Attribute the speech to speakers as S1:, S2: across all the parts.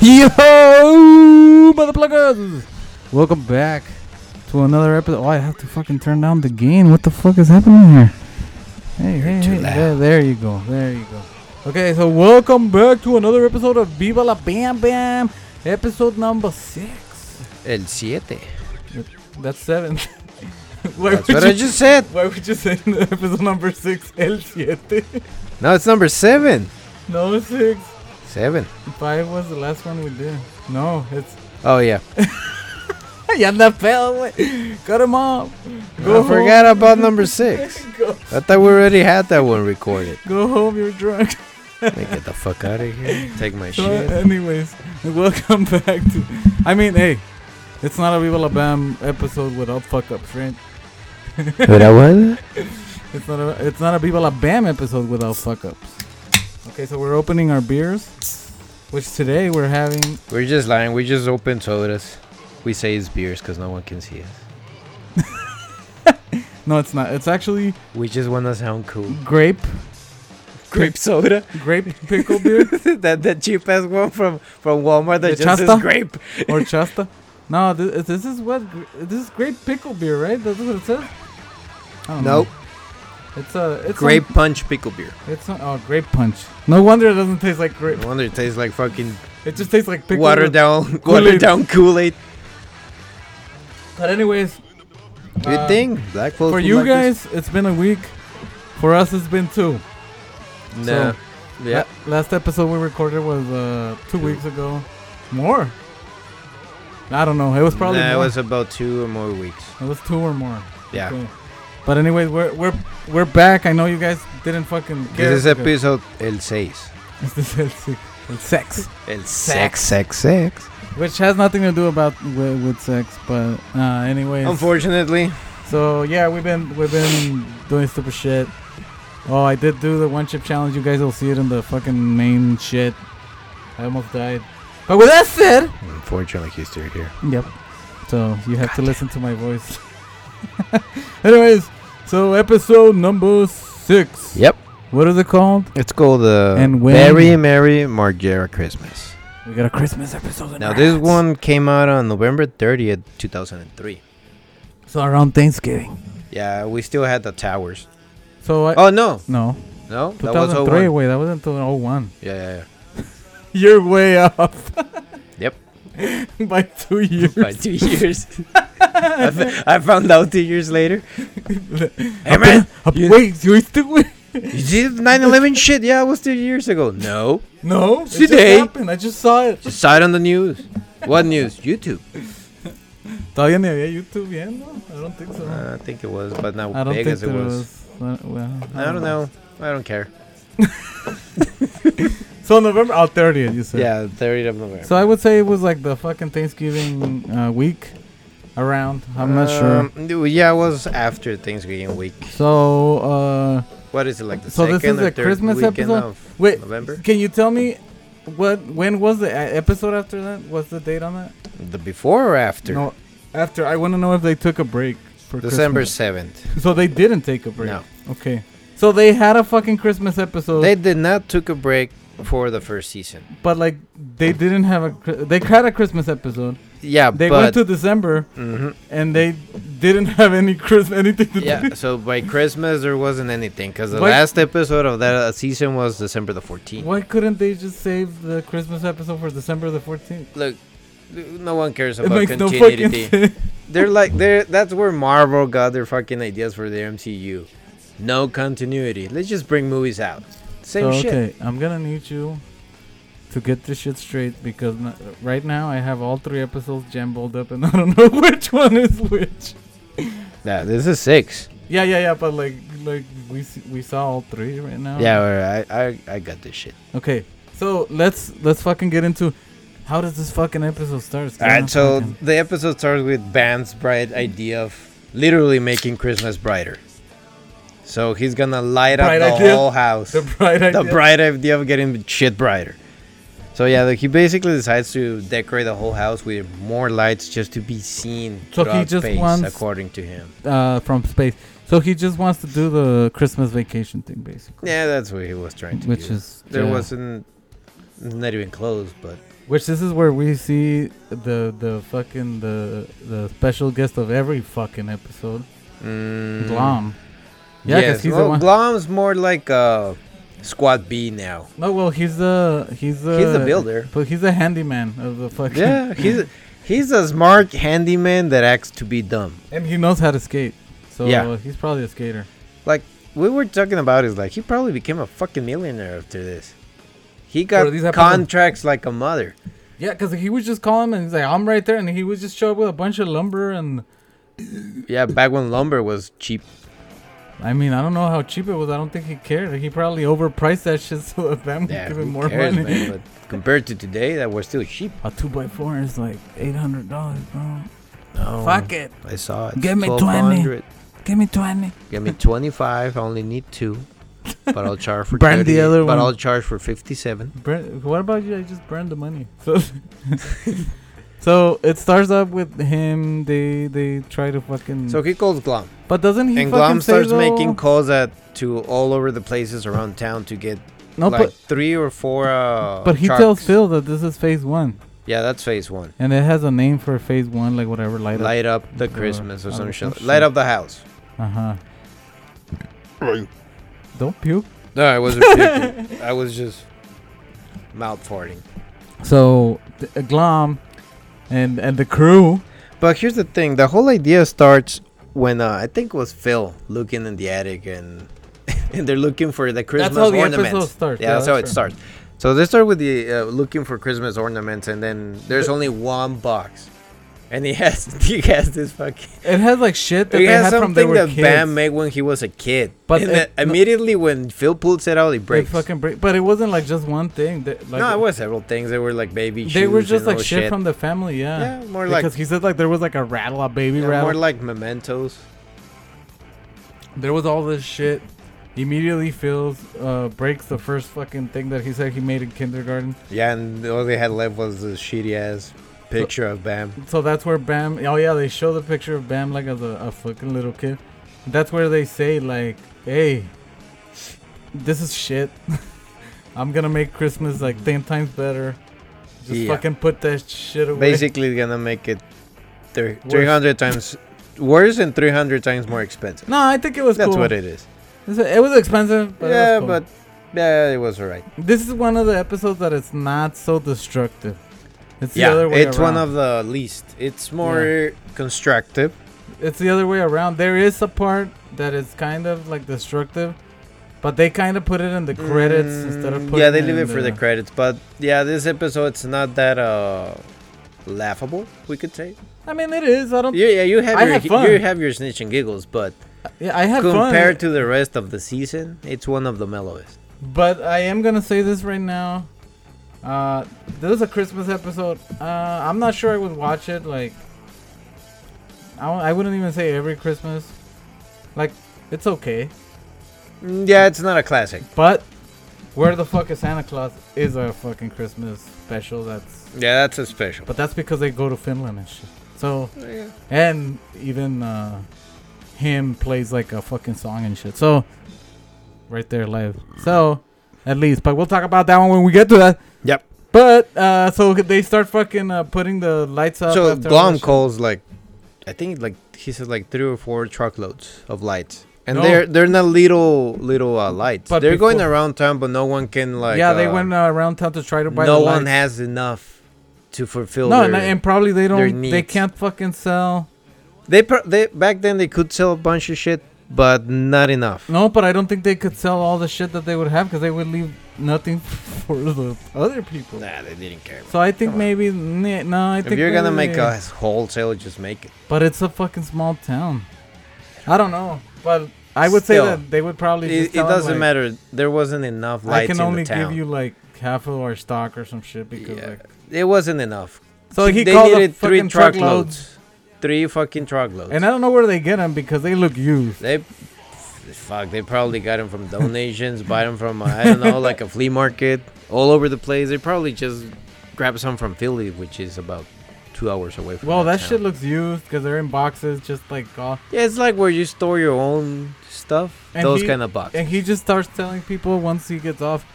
S1: Yo, motherfuckers! Welcome back to another episode. Oh, I have to fucking turn down the gain. What the fuck is happening here? Hey, hey,
S2: too
S1: hey.
S2: loud.
S1: There, there you go. There you go. Okay, so welcome back to another episode of Viva la Bam Bam, episode number six.
S2: El siete.
S1: That's seven. why,
S2: That's
S1: would
S2: what
S1: you,
S2: I just said.
S1: why would you say episode number six? El siete.
S2: No, it's number seven.
S1: No, six.
S2: Seven.
S1: Five was the last one we did. No, it's
S2: Oh yeah.
S1: Ya anda pedo, güey. Cut him off. Go
S2: I
S1: home.
S2: forgot about number six.
S1: Go,
S2: I thought we already had that one recorded.
S1: go home, you're drunk.
S2: Let me get the fuck out of here. Take my
S1: So,
S2: shit.
S1: anyways, welcome back to. I mean, hey, it's not a Viva La Bam episode without fuck ups, right? It's not a it's not a Viva La Bam episode without fuck ups. Okay, so we're opening our beers, which today we're having.
S2: We're just lying. We just open sodas. We say it's beers because no one can see us.
S1: No, it's not. It's actually
S2: We just want to sound cool.
S1: grape
S2: Grape soda.
S1: grape pickle beer
S2: that that cheap ass one from from Walmart that
S1: The
S2: just says
S1: Chasta?
S2: grape.
S1: or chasta. No, this, this is what gr- this is grape pickle beer, right? That's what it says. I don't know.
S2: Nope.
S1: It's a Oh. it's
S2: Grape
S1: some-
S2: punch pickle beer.
S1: it's not oh grape punch. No wonder it doesn't taste like grape.
S2: No wonder it tastes like fucking
S1: It just tastes like pickle.
S2: watered
S1: beer.
S2: down, watered down Kool Aid.
S1: But anyways,
S2: Good
S1: uh,
S2: thing. Black folks
S1: for
S2: would
S1: you
S2: like this.
S1: guys, it's been a week. For us, it's been two.
S2: No.
S1: So-
S2: yeah.
S1: La- last episode we recorded was uh two
S2: Two.
S1: weeks ago. More. I don't know. It was probably
S2: Nah, it
S1: more.
S2: was about two or more weeks.
S1: it was two or more.
S2: Yeah.
S1: Okay. But anyways, we're we're we're back. I know you guys didn't fucking. get
S2: This is episode El Seis.
S1: This is el se- el sex,
S2: El
S1: Sex.
S2: sex, sex.
S1: which has nothing to do about with, with sex, but uh, anyways.
S2: Unfortunately,
S1: So yeah, we've been we've been doing stupid shit. Oh, I did do the one chip challenge. You guys will see it in the fucking main shit. I almost died. But with that said,
S2: unfortunately, he's still here.
S1: yep. So you have to listen to my voice. anyways, so episode number six.
S2: Yep.
S1: What is it called?
S2: It's called the
S1: And when-
S2: Merry Merry Margera Christmas.
S1: We got a Christmas episode. in
S2: Now
S1: our
S2: this
S1: ass.
S2: one came out on November 30th, 2003.
S1: So around Thanksgiving.
S2: Yeah, we still had the towers.
S1: So I.
S2: Oh no,
S1: No,
S2: no, that was
S1: 2003.
S2: 01.
S1: Wait, that wasn't 01.
S2: Yeah, yeah,
S1: You're way off.
S2: Yep.
S1: By two
S2: yeah.
S1: years.
S2: By two years, I, f- I found out two years later. Hey
S1: Up
S2: man,
S1: in- up-
S2: you-
S1: wait, you still
S2: you see 9/11 shit? Yeah, it was two years ago. No,
S1: No, it
S2: Today.
S1: just happened. I just saw it.
S2: Just saw it on the news. What news? YouTube.
S1: Todavía ni había YouTube viendo. I don't think so.
S2: Uh, I think it was, but not
S1: I don't
S2: big
S1: think
S2: as it
S1: there
S2: was.
S1: was. uh, well,
S2: I don't know. I don't care.
S1: So November, oh, 30th, you said.
S2: Yeah, 30th of November.
S1: So I would say it was like the fucking Thanksgiving uh, week around. I'm not sure.
S2: Um, no, Yeah, it was after Thanksgiving week.
S1: So, uh,
S2: What is it like the
S1: So this
S2: second
S1: is
S2: or
S1: a
S2: third
S1: Christmas
S2: weekend
S1: episode?
S2: of
S1: wait,
S2: November?
S1: can you tell me what when was the uh, episode after that? What's the date on that?
S2: The before or after?
S1: No, after. I want to know if they took a break for
S2: December
S1: Christmas.
S2: 7th.
S1: So they didn't take a break.
S2: No,
S1: Okay. So they had a fucking Christmas episode,
S2: they did not took a break for the first season.
S1: but like they didn't have a. Chri- They had a Christmas episode.
S2: Yeah,
S1: They
S2: but
S1: went to December
S2: Mhm.
S1: and they didn't have any Christmas anything to do.
S2: yeah. So by Christmas there wasn't anything because the
S1: Why-
S2: last episode of that uh, season was December the 14th.
S1: Why couldn't they just save the Christmas episode for December the fourteenth?
S2: Look, no one cares
S1: It
S2: about
S1: makes no fucking
S2: continuity.
S1: sense.
S2: They're like they're that's where Marvel got their fucking ideas for their MCU. No continuity. Let's just bring movies out. Same
S1: So,
S2: shit.
S1: Oh, okay, I'm gonna need you to get this shit straight because n- right now I have all three episodes jumbled up and I don't know which one is which.
S2: Yeah, this is six.
S1: Yeah, yeah, yeah, but like, like we s- we saw all three right now.
S2: Yeah, alright, I, I I got this shit.
S1: Okay, so let's let's fucking get into how does this fucking episode start? 'Cause I don't
S2: Alright, so
S1: fucking-
S2: the episode starts with Ban's bright idea of literally making Christmas brighter. So he's gonna light
S1: Bright
S2: up the
S1: idea?
S2: whole house.
S1: the bright idea.
S2: the bright idea of getting shit brighter. So yeah, like, he basically decides to decorate the whole house with more lights just to be seen
S1: So he
S2: throughout
S1: just
S2: space,
S1: wants-
S2: according to him.
S1: uh, from space. So he just wants to do the Christmas vacation thing, basically.
S2: Yeah, that's what he was trying to
S1: Which
S2: do.
S1: is
S2: there
S1: yeah.
S2: wasn't not even close, but
S1: Which this is where we see the the fucking the the special guest of every fucking episode,
S2: Mm,
S1: Glom. Yeah, 'cause
S2: Yes.
S1: he's the
S2: well,
S1: one-
S2: Glom's more like uh, Squad B now.
S1: No, well he's the he's the
S2: He's the builder.
S1: but he's the handyman of the fucking
S2: Yeah, he's he's a smart handyman that acts to be dumb.
S1: and he knows how to skate, so
S2: Yeah.
S1: uh, he's probably a skater.
S2: Like we were talking about, is like he probably became a fucking millionaire after this. He
S1: Or these
S2: got
S1: happen-
S2: contracts like a mother.
S1: Yeah, because he was just calling him and he's like, "I'm right there," and he would just show up with a bunch of lumber and
S2: Yeah, back when lumber was cheap.
S1: I mean, I don't know how cheap it was. I don't think he cared. He probably overpriced that shit so the fam
S2: Yeah,
S1: could give him
S2: who
S1: more
S2: cares,
S1: money.
S2: man? But compared to today, that were still cheap.
S1: A two by four is like eight hundred dollars, bro.
S2: No,
S1: Fuck it,
S2: I saw it.
S1: Give me 20.
S2: 1200.
S1: give me twenty.
S2: Give me 25. I only need two. But I'll charge for
S1: Burn the
S2: 38,
S1: other one.
S2: But I'll charge for 57.
S1: Burn, what about you? I just burned the money. So, so it starts up with him. They they try to fucking.
S2: So he calls Glom.
S1: but doesn't he?
S2: and
S1: fucking
S2: Glom
S1: say,
S2: starts
S1: though-
S2: making calls at to all over the places around town to get
S1: No,
S2: like
S1: but
S2: three or four. Uh,
S1: but he
S2: trucks.
S1: tells Phil that this is phase one,
S2: Yeah, that's phase one.
S1: and it has a name for phase one, like whatever light.
S2: Light,
S1: up.
S2: up the
S1: Uh,
S2: Christmas or
S1: uh,
S2: some
S1: some
S2: shit. Light
S1: shit.
S2: up the house.
S1: Uh huh. Don't puke.
S2: No, I wasn't. puking. I was just mouth farting.
S1: So th- uh, Glom and and the crew.
S2: But here's the thing: the whole idea starts when uh, I think it was Phil looking in the attic, and and they're looking for the Christmas
S1: how the
S2: ornaments.
S1: episode starts.
S2: Yeah,
S1: Yeah,
S2: that's how it
S1: that's
S2: starts. So they start with the uh, looking for Christmas ornaments, and then there's
S1: The-
S2: only one box, and he has he has this fucking
S1: It has like shit that
S2: he
S1: they
S2: has
S1: had from they
S2: something
S1: were
S2: that
S1: kids.
S2: Bam made when he was a kid.
S1: But
S2: But and
S1: it-
S2: then
S1: no-
S2: immediately when Phil pulls it out, he
S1: They
S2: breaks.
S1: fucking break. But it wasn't like just one thing. That, like,
S2: no, it was several things. They were like baby.
S1: They were
S2: shoes
S1: just
S2: and
S1: like
S2: all
S1: shit, from the family. Yeah.
S2: yeah, more
S1: because
S2: like
S1: he said like there was like a rattle, a baby
S2: yeah,
S1: rattle.
S2: more like mementos.
S1: there was all this shit. Immediately feels uh, breaks the first fucking thing that he said he made in kindergarten.
S2: Yeah, and all they had left was the shitty ass picture of Bam.
S1: So that's where Bam. Oh yeah, they show the picture of Bam like as a, a fucking little kid. That's where they say like, "Hey, this is shit. I'm gonna make Christmas like ten times better. Just
S2: Yeah.
S1: fucking put that shit away."
S2: Basically, gonna make it thir- 300 times worse and 300 times more expensive.
S1: No, I think it was
S2: That's
S1: cool.
S2: what it is.
S1: It's- It was expensive, but
S2: yeah,
S1: it was cool.
S2: but yeah, it was alright.
S1: this is one of the episodes that it's not so destructive. It's the
S2: Yeah,
S1: other way
S2: it's one
S1: around.
S2: of the least. It's more constructive.
S1: it's the other way around. There is a part that is kind of like destructive, but they kind of put it in the credits instead of
S2: Mm,
S1: putting
S2: yeah, they
S1: it
S2: leave
S1: in
S2: it for the credits, but yeah, this episode's not that uh laughable. We could say.
S1: I mean, it is. I don't. Yeah,
S2: Yeah, yeah, you have
S1: I
S2: your
S1: had fun.
S2: you have your snitch and giggles, but
S1: I had
S2: compared
S1: fun,
S2: to the rest of the season, it's one of the mellowest.
S1: but I am gonna say this right now. Uh, this is a Christmas episode. Uh, I'm not sure I would watch it. Like, I, won't- I wouldn't even say every Christmas. Like, it's okay,
S2: Mm, Yeah, it's not a classic.
S1: but where the fuck is Santa Claus is a fucking Christmas special. That's
S2: Yeah, that's a special.
S1: but that's because they go to Finland and shit. So
S2: Yeah.
S1: and even uh, him plays like a fucking song and shit. So right there live. So at least, but we'll talk about that one when we get to that.
S2: Yep.
S1: But uh, so they start fucking uh, putting the lights up.
S2: So
S1: after all
S2: Glom
S1: that shit.
S2: calls like, I think like he said like three or four truckloads of lights, and
S1: No.
S2: they're they're not little little uh, lights.
S1: But
S2: they're going
S1: before-
S2: around town, but no one can like.
S1: yeah, they
S2: uh,
S1: went uh, around town to try to buy.
S2: no
S1: the
S2: one
S1: lights.
S2: has enough to fulfill.
S1: No,
S2: their,
S1: and, and probably they
S2: their
S1: don't. They
S2: needs.
S1: can't fucking sell.
S2: they pr- they back then they could sell a bunch of shit, but not enough.
S1: No, but I don't think they could sell all the shit that they would have because they would leave nothing for the other people.
S2: Nah, they didn't care.
S1: So I think
S2: Come on.
S1: maybe nah, no. I
S2: If
S1: think
S2: you're gonna
S1: maybe
S2: make
S1: they-
S2: a wholesale, just make it.
S1: But it's a fucking small town. I don't know, but I would
S2: Still,
S1: say that they would probably.
S2: It,
S1: just
S2: it
S1: tell 'em,
S2: doesn't
S1: like,
S2: matter. There wasn't enough
S1: I
S2: lights
S1: can only
S2: in the town.
S1: give you like half of our stock or some shit because.
S2: Yeah.
S1: Like,
S2: It wasn't enough.
S1: so he
S2: they
S1: called a
S2: needed three
S1: fucking truckloads,
S2: truckloads. Three fucking truckloads.
S1: and I don't know where they get them because they look used.
S2: They, fuck, they probably got them from donations, buy them from uh, I don't know, like a flea market, all over the place. They probably just grab some from Philly, which is about two hours away from.
S1: Well, that
S2: town.
S1: shit looks used because they're in boxes, just like all.
S2: Yeah, it's like where you store your own stuff.
S1: And
S2: those
S1: he-
S2: kind of boxes.
S1: And he just starts telling people once he gets off,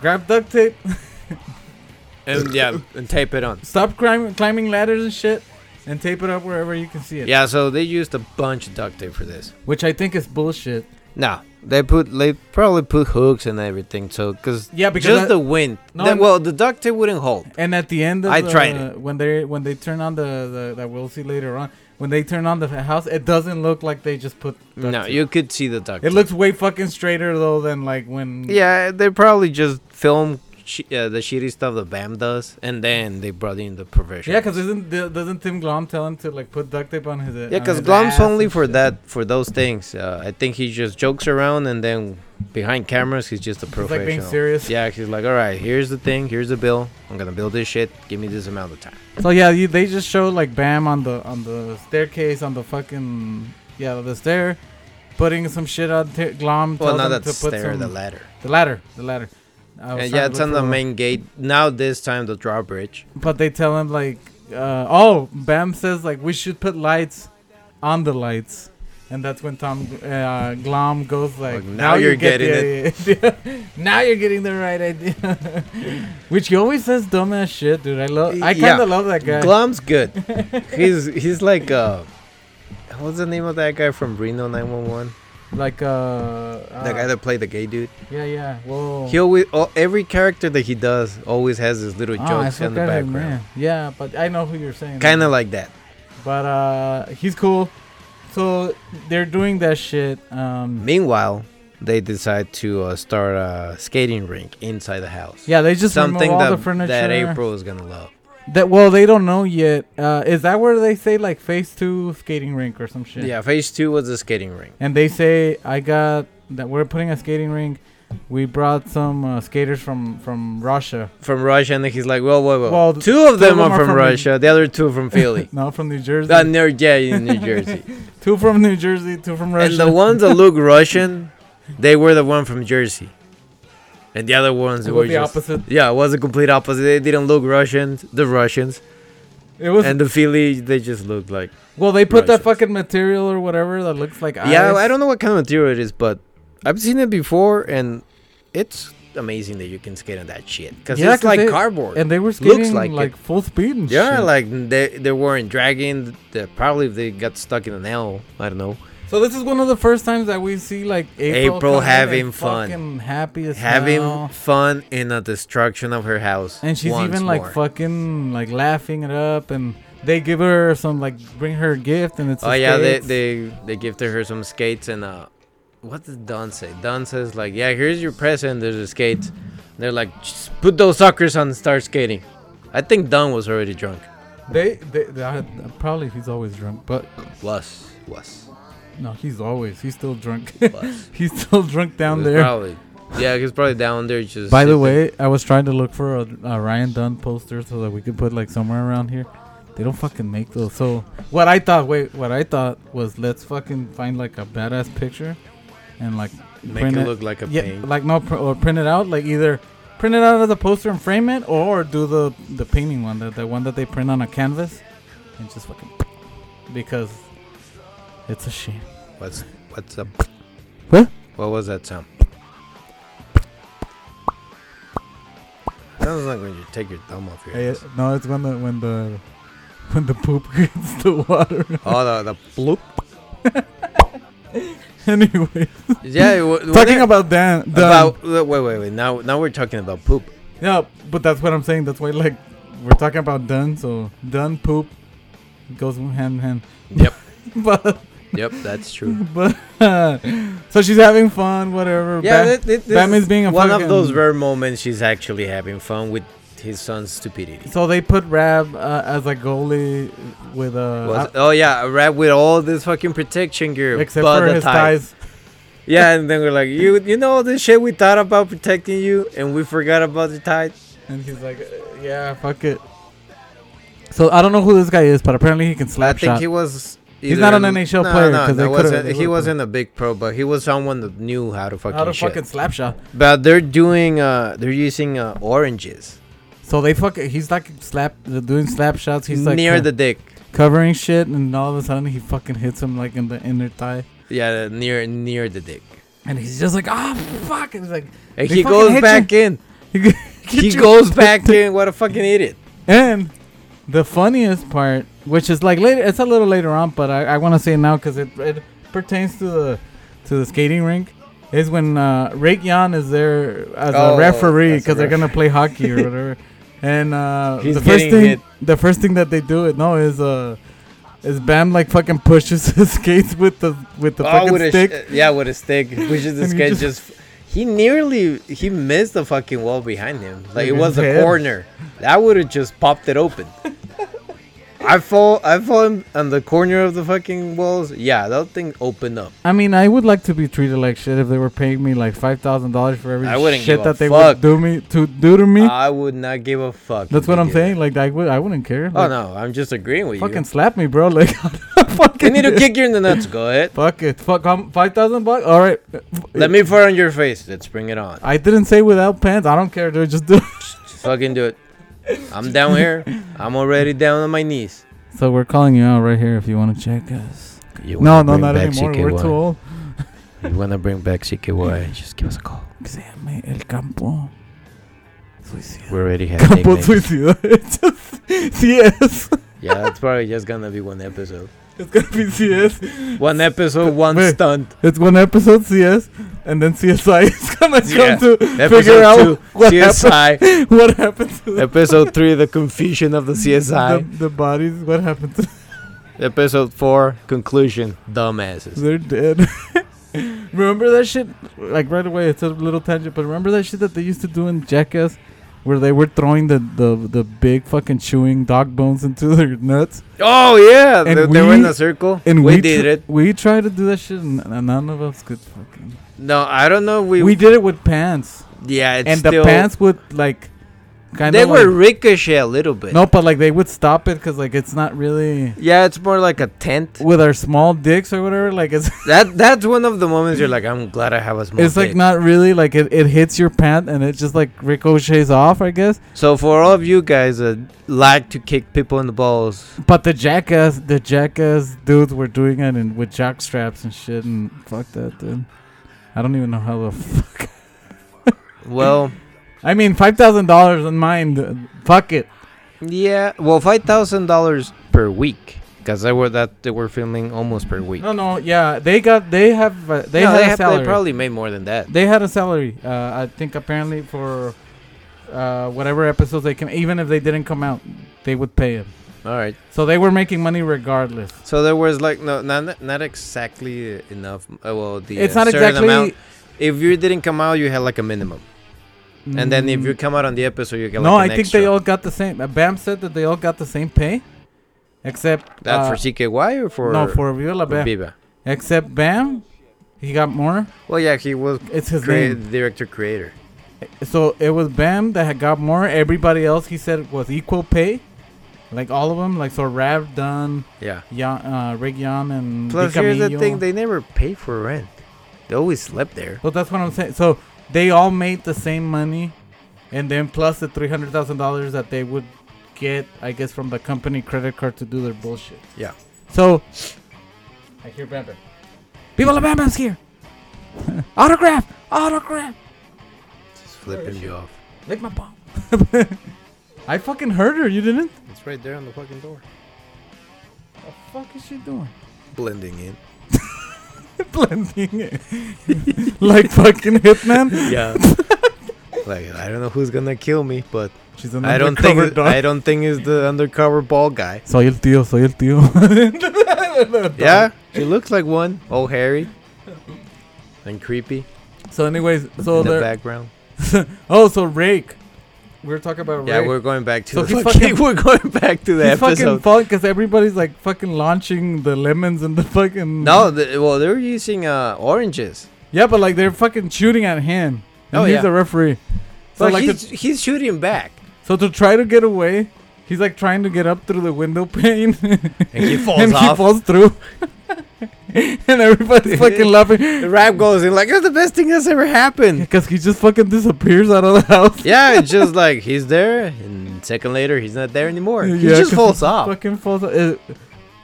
S1: grab duct tape.
S2: and yeah, and tape it on.
S1: Stop climb, climbing ladders and shit, and tape it up wherever you can see it.
S2: Yeah, so they used a bunch of duct tape for this.
S1: Which I think is bullshit.
S2: No, they put they probably put hooks and everything. So because
S1: Yeah, because
S2: just
S1: I-
S2: the wind.
S1: No,
S2: The-
S1: I'm-
S2: well, the duct tape wouldn't hold.
S1: And at the end of
S2: I
S1: the,
S2: tried it.
S1: when they when they turn on the, the that we'll see later on when they turn on the house, it doesn't look like they just put. duct
S2: no,
S1: tape.
S2: you could see the duct.
S1: It
S2: tape.
S1: looks way fucking straighter though than like when.
S2: Yeah, they probably just film sh- uh, the shitty stuff the BAM does, and then they brought in the professional.
S1: Yeah, because isn't doesn't Tim Glom tell him to like put duct tape on his?
S2: Yeah,
S1: on
S2: because
S1: his
S2: Glom's
S1: ass
S2: only
S1: and
S2: for
S1: shit?
S2: that for those things. Uh, I think he just jokes around, and then behind cameras, he's just a
S1: He's
S2: professional.
S1: like being serious.
S2: Yeah, he's like, all right, here's the thing, here's the bill. I'm gonna build this shit. Give me this amount of time.
S1: So yeah, you, they just show like Bam on the on the staircase on the fucking yeah the stair, putting some shit on t- Glom.
S2: Well,
S1: tells
S2: now
S1: him
S2: that's
S1: to put
S2: stair,
S1: some-
S2: the ladder.
S1: the ladder, the ladder. I was
S2: And
S1: trying
S2: yeah,
S1: to
S2: it's
S1: look
S2: on
S1: for
S2: the
S1: one.
S2: main gate. Now this time the drawbridge.
S1: But they tell him like, uh, oh, Bam says like we should put lights on the lights, and that's when Tom uh, Glom goes like,
S2: Like, now
S1: you
S2: you're
S1: get
S2: getting
S1: the idea. now you're getting the right idea. Which he always says dumbass shit, dude. I love. I
S2: Yeah.
S1: kind of love that guy.
S2: Glom's good. he's he's like uh, what's the name of that guy from Reno 911?
S1: like uh,
S2: the
S1: uh, oh.
S2: guy that played the gay dude.
S1: yeah, yeah. Whoa.
S2: He always all, every character that he does always has his little
S1: Ah, I
S2: jokes in the
S1: forgot him,
S2: background.
S1: yeah. Yeah, but I know who you're saying.
S2: Kind of like that.
S1: But uh, he's cool. So they're doing that shit. Um,
S2: Meanwhile, they decide to uh, start a skating rink inside the house.
S1: yeah, they just remove
S2: something
S1: all
S2: that
S1: the furniture.
S2: that April is gonna love.
S1: That well, they don't know yet. Uh, is that where they say like phase two skating rink or some shit?
S2: Yeah, phase two was the skating rink.
S1: And they say I got that we're putting a skating rink. We brought some uh, skaters from from Russia.
S2: From Russia, and then he's like, "Well, whoa, whoa.
S1: Well,
S2: two of them, are from, Russia. The other two are from Philly.
S1: no, from New Jersey.
S2: uh, New, yeah, in New Jersey.
S1: two from New Jersey, two from Russia.
S2: And the ones that look Russian, they were the one from Jersey. And the other ones
S1: It
S2: were
S1: was the
S2: just-
S1: opposite.
S2: Yeah, it was the complete opposite. They didn't look Russian, the Russians.
S1: It was
S2: And the Philly, they just looked like.
S1: well, they put that
S2: Russians.
S1: fucking material or whatever that looks like ice.
S2: Yeah, I don't know what kind of material it is, but I've seen it before, and it's amazing that you can skate on that shit. Because
S1: Yeah,
S2: it's
S1: 'cause
S2: like
S1: they-
S2: cardboard.
S1: And they were skating
S2: Looks
S1: like,
S2: like
S1: full speed and
S2: yeah,
S1: shit.
S2: like they, they weren't dragging. They, probably they got stuck in an L. I don't know.
S1: so this is one of the first times that we see like April,
S2: April
S1: come in and
S2: having fun.
S1: fucking happy as
S2: Having
S1: hell.
S2: fun in the destruction of her house.
S1: And she's
S2: once
S1: even like
S2: more.
S1: fucking like laughing it up, and they give her some like bring her a gift, and it's
S2: Oh
S1: a
S2: yeah, they,
S1: skates.
S2: they they gifted her some skates and uh, what did Don say? Don says like, yeah, here's your present. There's the skates. They're like, just put those suckers on and start skating. I think Don was already drunk.
S1: they they, they are, probably he's always drunk, but
S2: Was was
S1: no, he's always he's still drunk.
S2: was
S1: he's still drunk down
S2: He was
S1: there.
S2: Probably. Yeah, he's probably down there just.
S1: By the
S2: sitting.
S1: way, I was trying to look for a, a Ryan Dunn poster so that we could put like somewhere around here. They don't fucking make those. So what I thought, wait, what I thought was let's fucking find like a badass picture, and like
S2: make
S1: print
S2: it look like a
S1: yeah,
S2: painting.
S1: like no, pr- or print it out. Like either print it out as a poster and frame it, or do the the painting one, the, the one that they print on a canvas, and just fucking because it's a shame.
S2: What's what's up?
S1: What?
S2: What was that sound? Sounds like when you take your thumb off your.
S1: Eh,
S2: ass.
S1: no, it's when the when the when the poop hits the water.
S2: Oh, the, the bloop.
S1: anyway,
S2: Yeah, w-
S1: talking about Dan, Dan
S2: about wait wait wait now now we're talking about poop
S1: yeah, but that's what I'm saying. That's why like we're talking about done. So done poop goes hand in hand.
S2: Yep.
S1: but
S2: yep that's true
S1: but uh, so she's having fun, whatever.
S2: yeah
S1: Ba-
S2: that, that, this
S1: Batman's
S2: is
S1: being a
S2: one of those
S1: fucking-
S2: rare moments she's actually having fun with his son's stupidity
S1: so they put Rab uh, as a goalie with uh, a
S2: Was- oh yeah a rap with all this fucking protection gear
S1: except
S2: but
S1: for
S2: the
S1: his
S2: tie.
S1: ties.
S2: yeah and then we're like you you know all this shit we thought about protecting you and we forgot about the tie
S1: and he's like, uh, yeah, fuck it. So I don't know who this guy is, but apparently he can
S2: I
S1: slap
S2: think
S1: shot.
S2: he was
S1: He's
S2: either
S1: not an
S2: in-
S1: NHL player, 'cause they coulda-
S2: no, wasn't-
S1: they
S2: he
S1: would've-
S2: wasn't a big pro, but he was someone that knew how to fucking
S1: Out of
S2: shit.
S1: fucking slap shot.
S2: But they're doing, uh, they're using uh, oranges
S1: So they fuck. He's like slap doing slap shots. He's like
S2: near
S1: co-
S2: the dick.
S1: covering shit, and all of a sudden he fucking hits him like in the inner thigh,
S2: Yeah, near near the dick.
S1: and he's just like, oh "Ah, fuck, and he's like,
S2: And
S1: They
S2: he
S1: fucking
S2: goes
S1: hit
S2: back in. he
S1: you-
S2: goes back there and what a fucking idiot.
S1: And the funniest part, which is like later, it's a little later on, but I, I want to say it now because it, it pertains to the to the skating rink, is when uh, Rick Yan is there as
S2: Oh,
S1: a referee
S2: as a
S1: because they're gonna play hockey or whatever. And uh,
S2: He's
S1: the first
S2: getting
S1: thing,
S2: hit.
S1: the first thing that they do it no is uh, is Bam like fucking pushes his skates with the with the
S2: Oh,
S1: fucking
S2: with a
S1: stick.
S2: sh- yeah, with a stick. Which is
S1: And
S2: this
S1: he
S2: guy
S1: just-
S2: just, he nearly he missed the fucking wall behind him. Like it
S1: With
S2: was
S1: his
S2: a
S1: head.
S2: corner. That would have just popped it open. I fall I fall in, on the corner of the fucking walls. Yeah, that thing opened up.
S1: I mean, I would like to be treated like shit if they were paying me like five thousand dollars for every
S2: I wouldn't
S1: shit
S2: give a
S1: that they
S2: fuck. Uh,
S1: would do me to do to me.
S2: I would not give a fuck.
S1: That's
S2: if
S1: what
S2: they
S1: I'm
S2: did
S1: saying. Like I would, I wouldn't care.
S2: that. Oh
S1: Like,
S2: no, I'm just agreeing with
S1: fucking
S2: you.
S1: slap me, bro. Like
S2: I
S1: fucking.
S2: need to kick you in the nuts. Go ahead.
S1: Fuck it. Fuck. I'm five thousand bucks. All right.
S2: Let me fart on your face. Let's bring it on.
S1: I didn't say without pants. I don't care, dude. Just do. it.
S2: Just fucking do it. I'm down here. I'm already down on my knees.
S1: So we're calling you out right here if you want to check us.
S2: You
S1: No, no, not anymore. We're too old.
S2: You want to bring back CKY? Just give us a call.
S1: Que se llame El Campo. Suicida.
S2: We already have
S1: Campo
S2: nicknames.
S1: Suicida. It's just CS.
S2: Yeah, that's probably just gonna be one episode.
S1: It's gonna be CS.
S2: One episode, one
S1: Wait.
S2: stunt.
S1: It's one episode CS, and then CSI is gonna come
S2: Yeah.
S1: to figure
S2: Episode
S1: out
S2: two,
S1: what
S2: CSI.
S1: happened. What happened to the,
S2: episode three, the confusion of the CSI.
S1: the, the bodies? What happened to
S2: episode four, conclusion. Dumbasses.
S1: They're dead. remember that shit? Like right away, it's a little tangent, but remember that shit that they used to do in Jackass, where they were throwing the the, the big fucking chewing dog bones into their nuts,
S2: Oh yeah,
S1: And
S2: they, they were in
S1: we-
S2: a circle.
S1: and
S2: we,
S1: we
S2: did
S1: tr-
S2: it.
S1: We tried to do that shit, and, and none of us could fucking.
S2: No, I don't know.
S1: We,
S2: We,
S1: did it with pants,
S2: yeah, it's
S1: and
S2: still,
S1: the pants would like kind
S2: They
S1: of.
S2: were
S1: like,
S2: ricochet a little bit.
S1: no, but like they would stop it because like it's not really
S2: Yeah, it's more like a tent.
S1: with our small dicks or whatever. Like it's
S2: That that's one of the moments you're like, I'm glad I have a small
S1: it's like
S2: dick.
S1: not really like it, it hits your pant and it just like ricochets off, I guess.
S2: so for all of you guys that like to kick people in the balls,
S1: But the jackass, the jackass dudes were doing it and with jock straps and shit, and fuck that, dude. I don't even know how the fuck.
S2: well,
S1: I mean, five thousand dollars in mind. uh, Fuck it.
S2: yeah, well, five thousand dollars per week because they were that they were filming almost per week.
S1: No, no, yeah, they got, they have, uh, they
S2: No,
S1: had a
S2: have-
S1: salary. They,
S2: probably made more than that.
S1: had a salary. Uh, I think apparently for uh, whatever episodes they can, even if they didn't come out, they would pay him.
S2: All right,
S1: So they were making money regardless.
S2: so there was like no, not not exactly enough. Uh, well, the
S1: it's
S2: uh,
S1: not
S2: certain
S1: exactly.
S2: amount. If you didn't come out, you had like a minimum, and then if you come out on the episode, you get like
S1: Mm. no, I
S2: an
S1: think
S2: extra.
S1: they all got the same. uh, Bam said that they all got the same pay, except
S2: that
S1: uh,
S2: for CKY or for
S1: no for Viola Bam.
S2: Biba.
S1: Except Bam, he got more.
S2: Well, yeah, he was
S1: It's his
S2: crea-
S1: name.
S2: director creator.
S1: So it was Bam that had got more. Everybody else he said was equal pay, like all of them. Like so, Rav Dunn,
S2: Yeah.
S1: Yan, uh, Rick Yan, and
S2: Plus,
S1: Di
S2: here's the
S1: Camillo.
S2: thing: they never pay for rent. They always slept there.
S1: Well, that's what I'm saying. So they all made the same money, and then plus the three hundred thousand dollars that they would get, I guess, from the company credit card to do their bullshit.
S2: Yeah.
S1: So I hear Bam Bam. People of Bam Bam's here. autograph, autograph.
S2: Just flipping you off.
S1: Lick my palm. I fucking heard her. You didn't.
S2: It's right there on the fucking door.
S1: The fuck is she doing?
S2: Blending in.
S1: Blending it. like fucking hitman.
S2: Yeah. like I don't know who's gonna kill me, but
S1: She's an
S2: I don't think
S1: undercover
S2: it- I don't think it's the undercover ball guy.
S1: Soy el tío. Soy el tío.
S2: Yeah, he looks like one. Oh, hairy and creepy
S1: So, anyways, so
S2: in the
S1: there.
S2: background.
S1: oh, so Rake. We were talking about
S2: Yeah,
S1: Rake.
S2: we're going back to
S1: So
S2: the
S1: he's
S2: fucking,
S1: fucking-
S2: We're going back to the
S1: He's fucking
S2: episode.
S1: falling because everybody's like fucking launching the lemons and the fucking.
S2: no, the, well, they're using uh, oranges.
S1: Yeah, but like they're fucking shooting at him. And
S2: Oh,
S1: he's
S2: yeah.
S1: the referee. So
S2: So
S1: like
S2: he's, he's shooting back,
S1: So to try to get away, he's like trying to get up through the window pane,
S2: and he falls
S1: and he
S2: off.
S1: falls through, and everybody's fucking laughing
S2: The rap goes in like, "That's the best thing that's ever happened."
S1: because he just fucking disappears out of the house.
S2: yeah, it's just like he's there, and second later he's not there anymore. He
S1: Yeah,
S2: just
S1: 'cause
S2: falls off.
S1: Fucking falls. uh,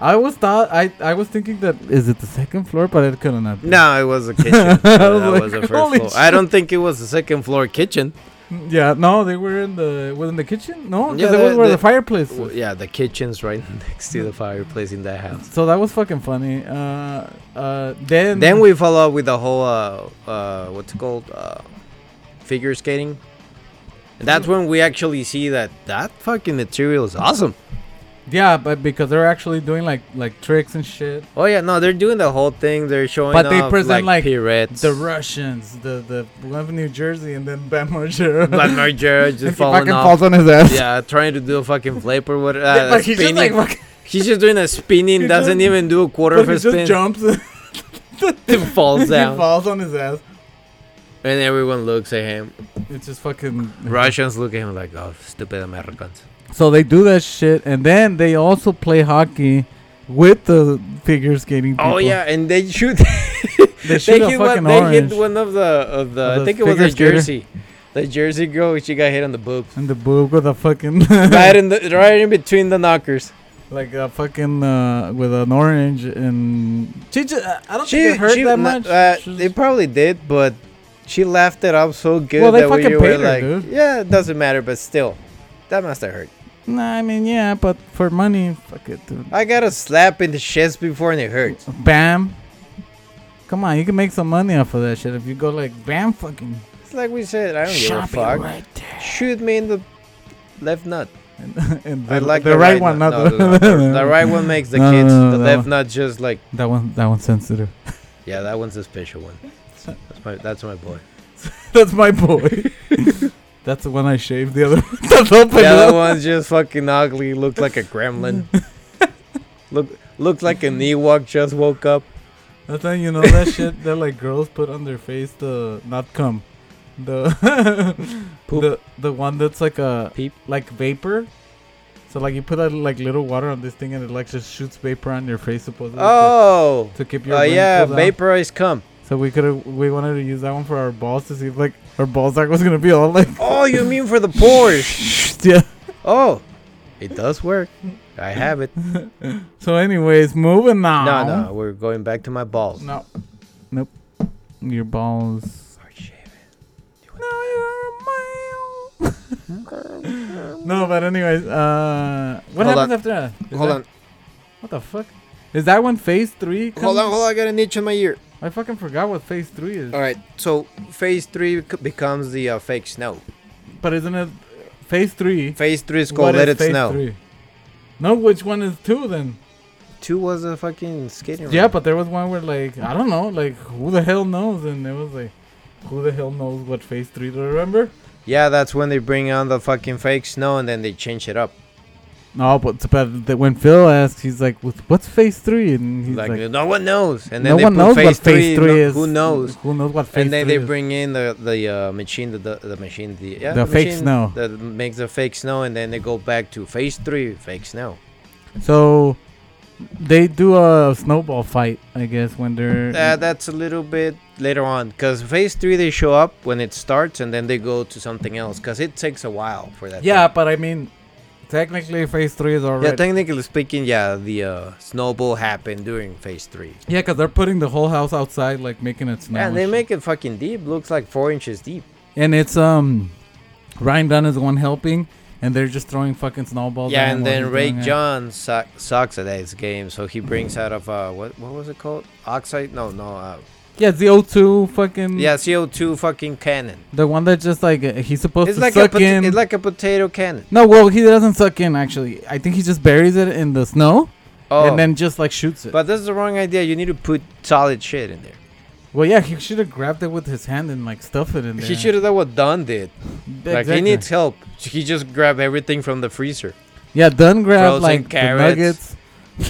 S1: I was thought I I was thinking that is it the second floor, but it could not. be.
S2: No, it was a kitchen.
S1: I was
S2: that
S1: like,
S2: was the first
S1: "Holy
S2: floor. I don't think it was the second floor kitchen.
S1: Yeah, no, they were in the was in the kitchen. No,
S2: Yeah,
S1: yeah, that was
S2: the-
S1: where the,
S2: the-
S1: fireplace.
S2: Well,
S1: was.
S2: yeah, the kitchen's right next to the fireplace in that house.
S1: So that was fucking funny. Uh, uh, then
S2: then we follow up with the whole uh, uh, what's it called uh, figure skating. And that's when we actually see that that fucking material is awesome.
S1: yeah, but because they're actually doing like like tricks and shit.
S2: Oh yeah, no, they're doing the whole thing. They're showing.
S1: But they
S2: off,
S1: present, like,
S2: pirouettes.
S1: The Russians, the the one from New Jersey, and then Bam Margera.
S2: But Margera just falling
S1: fucking
S2: off.
S1: falls on his ass.
S2: Yeah, trying to do a fucking flip or whatever. Uh,
S1: like he's just
S2: spinning.
S1: like fucking,
S2: he's just doing a spinning.
S1: He
S2: doesn't
S1: just-
S2: even do a quarter
S1: but
S2: of
S1: he
S2: a
S1: just
S2: spin.
S1: jumps.
S2: and falls
S1: He
S2: down,
S1: falls on his ass.
S2: and everyone looks at him.
S1: It's just fucking
S2: Russians look at him like, "Oh, stupid Americans."
S1: So they do that shit, and then they also play hockey with the figure skating. People.
S2: Oh yeah, and they shoot.
S1: they
S2: they
S1: shoot a
S2: hit
S1: fucking
S2: one. They
S1: orange
S2: hit one of the of the.
S1: Of the
S2: I think it was
S1: figure
S2: a
S1: skater.
S2: jersey. The jersey girl, she got hit on the boobs,
S1: and the boob with a fucking
S2: right in the right in between the knockers.
S1: like a fucking uh, with an orange and she just, I don't think it hurt that
S2: no,
S1: much.
S2: Uh,
S1: She
S2: they
S1: just-
S2: probably did, but she laughed it up so good
S1: Well, they
S2: that we
S1: fucking
S2: were
S1: paid her,
S2: like,
S1: dude.
S2: "Yeah, it doesn't matter," but still, that must have hurt.
S1: nah, I mean yeah, but for money, fuck it, dude.
S2: I got a slap in the chest before and it hurts.
S1: Bam. Come on, you can make some money off of that shit if you go like bam fucking
S2: It's like we said, I don't give a
S1: shop it
S2: fuck.
S1: right there.
S2: Shoot me in the left nut.
S1: And, and the,
S2: I like
S1: the, right, one,
S2: nut.
S1: not
S2: No,
S1: the,
S2: no, no, no. the right one makes the
S1: No, no,
S2: kids.
S1: no,
S2: the
S1: that
S2: left
S1: one.
S2: nut just like
S1: That one, that one's sensitive.
S2: yeah, that one's a special one. That's my that's my boy.
S1: That's my boy. That's the one I shaved. The other one. That's open.
S2: Yeah, that
S1: up.
S2: one's just fucking ugly. Looked like a gremlin. Look looked like an Ewok just woke up.
S1: That's how you know that shit that like girls put on their face the not cum, the
S2: Poop.
S1: the the one that's like a
S2: Peep.
S1: like vapor. So like you put a, like little water on this thing and it like just shoots vapor on your face supposedly. to-
S2: Oh,
S1: To, keep your
S2: oh yeah,
S1: wrinkles out.
S2: vaporized cum.
S1: So we could have we wanted to use that one for our balls to see if like our ball sack was gonna be all like
S2: Oh, you mean for the pores?
S1: yeah.
S2: Oh, it does work. I have it.
S1: So anyways, moving on.
S2: No, no, we're going back to my balls.
S1: No. Nope. Your balls. no, but anyways, uh, what
S2: Hold
S1: happens
S2: on.
S1: after that? Is
S2: Hold
S1: that-
S2: on,
S1: What the fuck? Is that when phase three? Comes?
S2: hold on, hold on. I got an itch in my ear.
S1: I fucking forgot what phase three is.
S2: All right, so phase three bec- becomes the uh, fake snow.
S1: But isn't it phase three?
S2: Phase three is
S1: what
S2: called Let
S1: is
S2: It Snow.
S1: three? No, which one is two then?
S2: Two was a fucking skating.
S1: Yeah,
S2: rink.
S1: but there was one where like I don't know, like who the hell knows? And it was like, who the hell knows what phase three? Do you remember?
S2: yeah, that's when they bring on the fucking fake snow and then they change it up.
S1: No, but but that when Phil asks, he's like, "What's- "What's phase three? And he's
S2: Like,
S1: like,
S2: no one knows, and then
S1: "No
S2: they
S1: one
S2: put
S1: knows
S2: phase
S1: what phase
S2: no-
S1: three is.
S2: Who knows?
S1: Who knows what phase
S2: and then
S1: three
S2: they
S1: is?
S2: bring in the the uh, machine, the, the the machine, the yeah,
S1: The fake
S2: machine
S1: snow.
S2: that makes the fake snow, and then they go back to phase three, fake snow.
S1: So they do a snowball fight, I guess, when they're
S2: Uh, that's a little bit later on because phase three they show up when it starts and then they go to something else because it takes a while for that.
S1: yeah.
S2: thing.
S1: But I mean, technically, phase three is
S2: yeah.
S1: already
S2: Technically speaking, yeah, the uh, snowball happened during phase three.
S1: yeah, because they're putting the whole house outside, like making it snow.
S2: yeah,
S1: and
S2: they
S1: shit.
S2: make it fucking deep. Looks like four inches deep.
S1: and it's um Ryan Dunn is the one helping, and they're just throwing fucking snowballs. at
S2: yeah,
S1: him
S2: and
S1: while
S2: then
S1: he's
S2: Ray
S1: doing it.
S2: John su- sucks at his game, so he brings out of uh, what what was it called? Oxide? No, no. Uh,
S1: Yeah, it's the O2 fucking
S2: yeah, CO two fucking cannon.
S1: the one that just like uh, he's supposed
S2: It's
S1: to
S2: like a
S1: suck
S2: pot-
S1: in.
S2: it's like a potato cannon.
S1: No, well, he doesn't suck in actually. I think he just buries it in the snow
S2: Oh,
S1: and then just like shoots it.
S2: but this is the wrong idea. You need to put solid shit in there.
S1: well, yeah, he should have grabbed it with his hand and like stuff it in there.
S2: He should have done what Don did.
S1: Exactly.
S2: Like he needs help. He just grabbed everything from the freezer.
S1: Yeah, Dunn grabbed
S2: Frozen
S1: like the
S2: carrots.
S1: nuggets,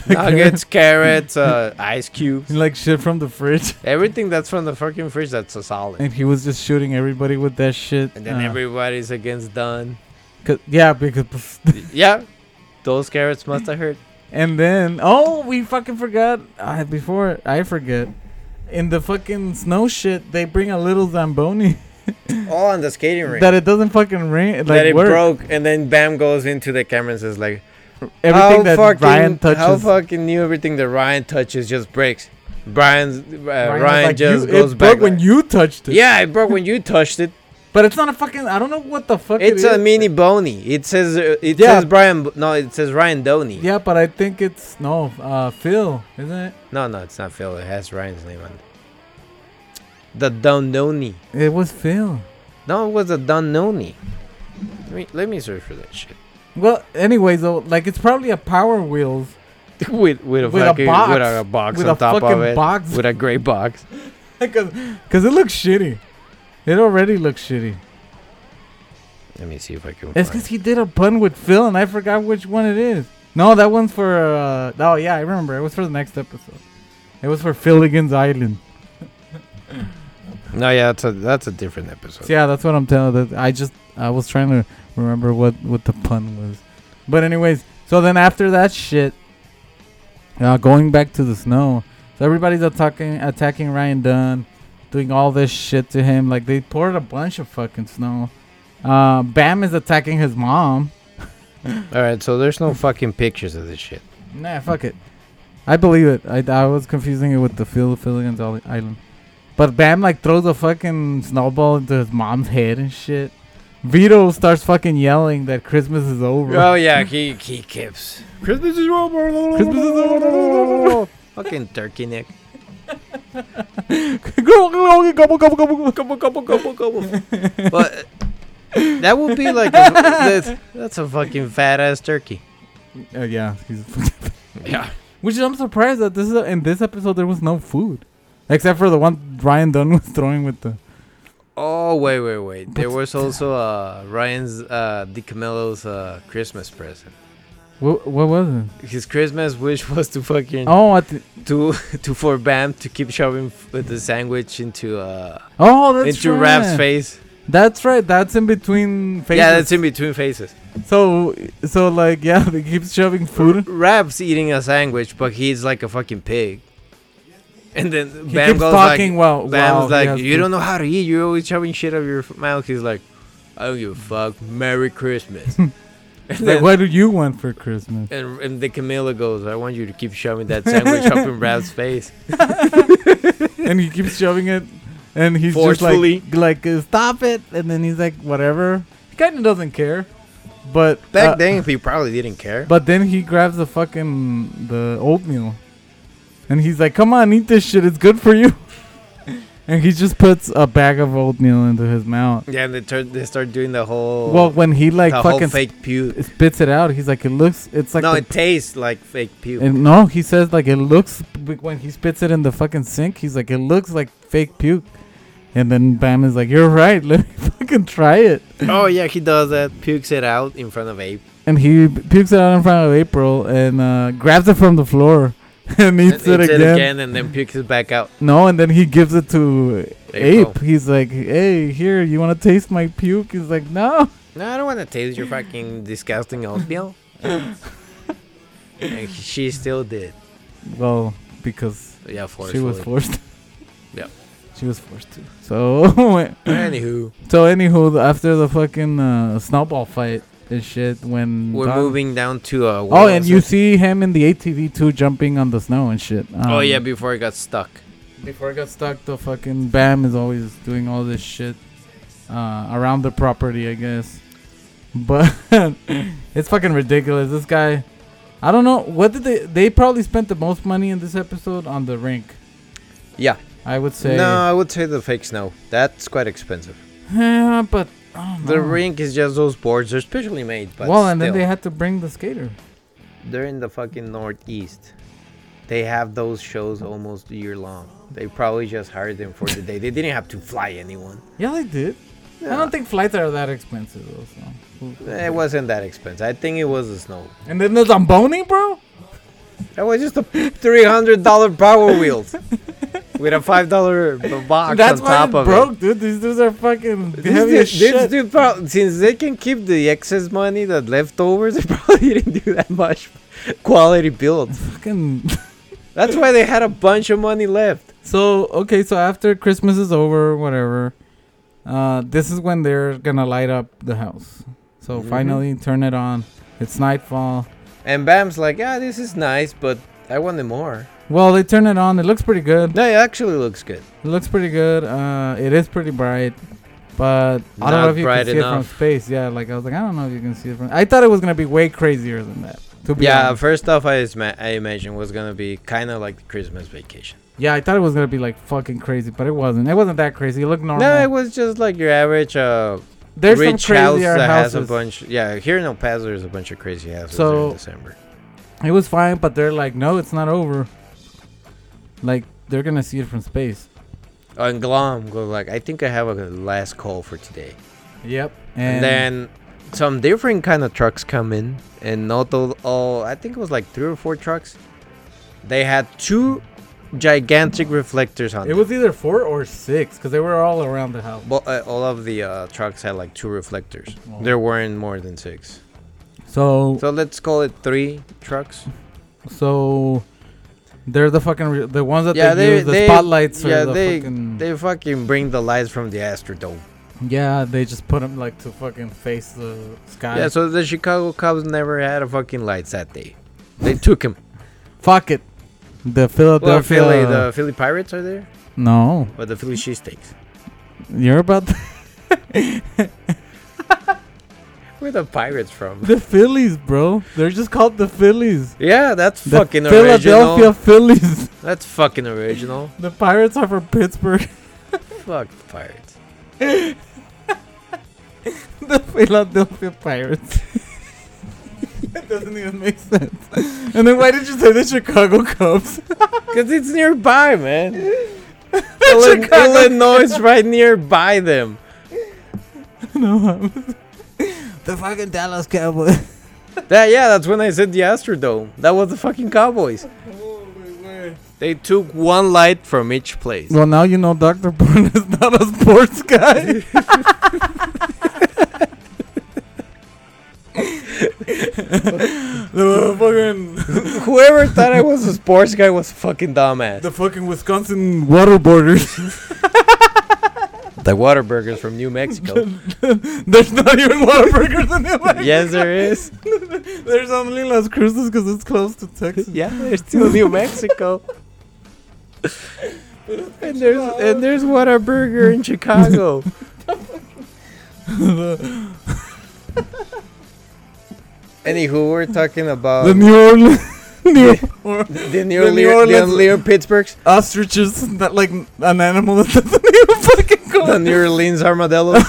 S2: Nuggets, carrots, uh, ice cubes,
S1: and, like shit from the fridge,
S2: everything that's from the fucking fridge that's a solid.
S1: and he was just shooting everybody with that shit.
S2: And then
S1: uh,
S2: everybody's against Don.
S1: 'cause- yeah, because pff,
S2: yeah, those carrots must have hurt.
S1: and then oh, we fucking forgot. I before I forget. In the fucking snow shit, they bring a little zamboni
S2: All on the skating rink.
S1: that it doesn't fucking rain. Like
S2: that it
S1: work.
S2: broke, and then Bam goes into the camera and says like,
S1: Everything
S2: how
S1: that
S2: fucking,
S1: Ryan
S2: How
S1: touches
S2: fucking new everything that Ryan touches just breaks. Brian's uh, Ryan,
S1: Ryan was like,
S2: just
S1: "You-
S2: goes
S1: it
S2: back.
S1: broke when
S2: like,
S1: you touched it.
S2: yeah, it broke when you touched it.
S1: But it's not a fucking. I don't know what the fuck.
S2: It's
S1: it is.
S2: a mini Boney. It says uh, it
S1: Yeah.
S2: says Brian. B- No, it says Ryan Doney.
S1: Yeah, but I think it's no uh, Phil, isn't it?
S2: No, no, it's not Phil. It has Ryan's name on it. The Dondoni.
S1: It was Phil.
S2: No, it was the Dondoni. Let me let me search for that shit.
S1: Well, anyway, though, like it's probably a Power Wheels
S2: with with a
S1: With a
S2: fucking
S1: box.
S2: with a box
S1: with
S2: on
S1: a
S2: top
S1: fucking
S2: of it.
S1: box
S2: With a gray box.
S1: because it looks shitty. It already looks shitty.
S2: Let me see if I can.
S1: It's
S2: find-
S1: because he did a bun with Phil, and I forgot which one it is. No, that one's for. Uh, oh yeah, I remember. It was for the next episode. It was for Philligan's Island.
S2: No, yeah, that's a that's a different episode.
S1: So, yeah, that's what I'm telling. That I just I was trying to remember what what the pun was, but anyways. So then after that shit, uh, going back to the snow. So everybody's attacking attacking Ryan Dunn, doing all this shit to him. Like they poured a bunch of fucking snow. Uh, Bam is attacking his mom.
S2: All right, so there's no fucking pictures of this shit.
S1: Nah, fuck it. I believe it. I, I was confusing it with the Phil Philligan's Isl- Island. But Bam like throws a fucking snowball into his mom's head and shit. Vito starts fucking yelling that Christmas is over.
S2: Oh yeah, he he keeps. Christmas is over.
S1: Christmas is over.
S2: Fucking turkey neck.
S1: Gobble, gobble, gobble.
S2: Gobble gobble gobble gobble. but that would be like a, that's, that's a fucking fat ass turkey.
S1: Uh, yeah, he's
S2: Yeah.
S1: which is I'm surprised that this is in this episode there was no food, except for the one Ryan Dunn was throwing with the.
S2: Oh wait wait wait. There
S1: But-
S2: was also uh, Ryan's uh, DiCamello's uh, Christmas present.
S1: What, what was it?
S2: His Christmas wish was to fucking
S1: Oh, I thi-
S2: to to for Bam to keep shoving f- the sandwich into uh
S1: oh, that's
S2: into
S1: right.
S2: Rap's face.
S1: That's right. That's in between faces.
S2: Yeah, that's in between faces.
S1: So, so like, yeah, they keep shoving food.
S2: Rap's eating a sandwich, but he's like a fucking pig. And then
S1: He
S2: Bam
S1: keeps
S2: goes
S1: talking while
S2: like,
S1: while
S2: Bam's
S1: he
S2: like,
S1: has
S2: you
S1: food."
S2: don't know how to eat. You're always shoving shit out of your f- mouth. He's like, I don't give a fuck. Merry Christmas. and
S1: Like,
S2: then,
S1: what do you want for Christmas?
S2: and, and the Camilla goes, I want you to keep shoving that sandwich up in Rap's face.
S1: and he keeps shoving it, and he's
S2: Forcefully.
S1: just like, like, uh, stop it. And then he's like, whatever. He kind of doesn't care, but
S2: Back
S1: uh,
S2: then, he probably didn't care.
S1: But then he grabs the fucking the oatmeal, and he's like, "Come on, eat this shit. It's good for you." and he just puts a bag of oatmeal into his mouth.
S2: yeah, and they, turn, they start doing the whole,
S1: Well, when he like
S2: the whole
S1: fucking
S2: fake puke.
S1: It spits it out. He's like, it looks. It's like
S2: no,
S1: the-
S2: it tastes like fake puke.
S1: and no. He says like it looks b- when he spits it in the fucking sink. He's like, it looks like fake puke. And then Bam is like, you're right. Let me fucking try it.
S2: oh yeah, he does that. Pukes it out in front of Abe.
S1: And he pukes it out in front of April and uh, grabs it from the floor and eats, it,
S2: Eats
S1: again.
S2: and then pukes it back out.
S1: No, and then he gives it to
S2: April.
S1: Ape. He's like, hey, here, you want to taste my puke? He's like, no.
S2: No, I don't want to taste your fucking disgusting oatmeal. and she still did.
S1: Well, because
S2: Yeah, forcefully.
S1: she was forced.
S2: Yeah.
S1: She was forced to. So
S2: Anywho,
S1: So anywho, the- after the fucking uh, snowball fight and shit, when
S2: we're
S1: Don-
S2: moving down to uh.
S1: Oh, and
S2: Wallace.
S1: you see him in the ATV too, jumping on the snow and shit. Um,
S2: oh yeah, before I got stuck.
S1: before I got stuck, the fucking Bam is always doing all this shit uh, around the property, I guess. But it's fucking ridiculous. This guy, I don't know what did they. They probably spent the most money in this episode on the rink.
S2: Yeah.
S1: I would say.
S2: No, I would say the fake snow. That's quite expensive.
S1: Yeah, but I don't
S2: The
S1: know.
S2: rink is just those boards. They're specially made, but
S1: Oh. Well, and then
S2: still.
S1: they had to bring the skater.
S2: They're in the fucking northeast. They have those shows almost year long. They probably just hired them for the day. They didn't have to fly anyone.
S1: Yeah, they did. I don't think flights are that expensive, though. So.
S2: It wasn't that expensive. I think it was the snow.
S1: And then there's Zamboni, bro.
S2: That was just a three hundred dollar Power Wheels with a five dollar box
S1: That's
S2: Ah,
S1: why
S2: on top
S1: it
S2: of
S1: broke,
S2: it.
S1: dude. These dudes are fucking
S2: This
S1: heavy
S2: dude-
S1: as shit.
S2: this dude prob- since they can keep the excess money, the leftovers, they probably didn't do that much quality builds.
S1: Fucking.
S2: That's why they had a bunch of money left.
S1: So okay, so after Christmas is over, whatever, uh, this is when they're gonna light up the house. So
S2: Mhm.
S1: finally, turn it on. It's nightfall.
S2: And Bam's like, yeah, this is nice, but I wanted more.
S1: Well, they turn it on. It looks pretty good.
S2: No, it actually looks good.
S1: It looks pretty good. Uh, it is pretty bright. But I don't
S2: Not
S1: know if you can
S2: bright
S1: see it
S2: enough.
S1: from space. Yeah, like I was like, I don't know if you can see it from. I thought it was gonna be way crazier than that. To be
S2: Yeah,
S1: honest.
S2: first off, I, isma- I imagine was gonna be kind of like the Christmas vacation.
S1: yeah, I thought it was gonna be like fucking crazy, but it wasn't. It wasn't that crazy. It looked normal.
S2: No, it was just like your average uh,
S1: There's
S2: rich
S1: some
S2: house
S1: crazier
S2: that
S1: houses.
S2: has a bunch. Yeah, here in El Paso, there's a bunch of crazy houses
S1: So-
S2: in December.
S1: It was fine, but they're like, no, it's not over. Like they're gonna see it from space.
S2: Oh, and Glom goes like, I think I have a last call for today.
S1: Yep.
S2: And, then some different kind of trucks come in, and not all, all. I think it was like three or four trucks. They had two gigantic reflectors on.
S1: it
S2: them.
S1: was either four or six because they were all around the house.
S2: Bo- uh, all of the uh, trucks had like two reflectors.
S1: Wow.
S2: There weren't more than six.
S1: So
S2: So let's call it three trucks.
S1: Mm-hmm. So they're the fucking re- the ones that
S2: Yeah,
S1: they,
S2: they-
S1: use the
S2: they-
S1: spotlights
S2: yeah,
S1: or the
S2: they-
S1: fucking
S2: They fucking bring the lights from the Astrodome.
S1: yeah they just put them like to fucking face the sky.
S2: Yeah, so the Chicago Cubs never had a fucking lights that day. They took him.
S1: Fuck it, the Philadelphia.
S2: Well, Philly, the Philly Pirates are there,
S1: no,
S2: but the Philly Cheesesteaks.
S1: you're about to-
S2: Where the Pirates from?
S1: the Phillies, bro. They're just called the Phillies.
S2: Yeah, that's
S1: The
S2: fucking
S1: Philadelphia
S2: original.
S1: Phillies.
S2: That's fucking original.
S1: The Pirates are from Pittsburgh.
S2: Fuck the Pirates.
S1: the Philadelphia Pirates. that doesn't even make sense. And then why did you say the Chicago Cubs?
S2: Because it's nearby, man. Illinois, Illinois is right nearby them.
S1: no, the fucking Dallas Cowboys.
S2: That, yeah, that's when I said the Astrodome. That was the fucking Cowboys. They took one light from each place.
S1: Well, now you know Dr. Porn is not a sports guy. the fucking
S2: Whoever thought I was a sports guy was a fucking dumbass.
S1: the fucking Wisconsin waterboarders.
S2: The Waterburgers from New Mexico.
S1: There's not even waterburgers in LA.
S2: yes, there is.
S1: There's only Las Cruces because it's close to Texas.
S2: Yeah, there's still New Mexico. and there's and there's Waterburger in Chicago.
S1: the,
S2: Anywho, we're talking about
S1: the
S2: the,
S1: New Orleans, New Or- the
S2: the New
S1: New
S2: Orleans, the
S1: Orleans-
S2: New Orleans Pittsburghs,
S1: ostriches that like an animal that doesn't even fucking go.
S2: the New Orleans Armadillos,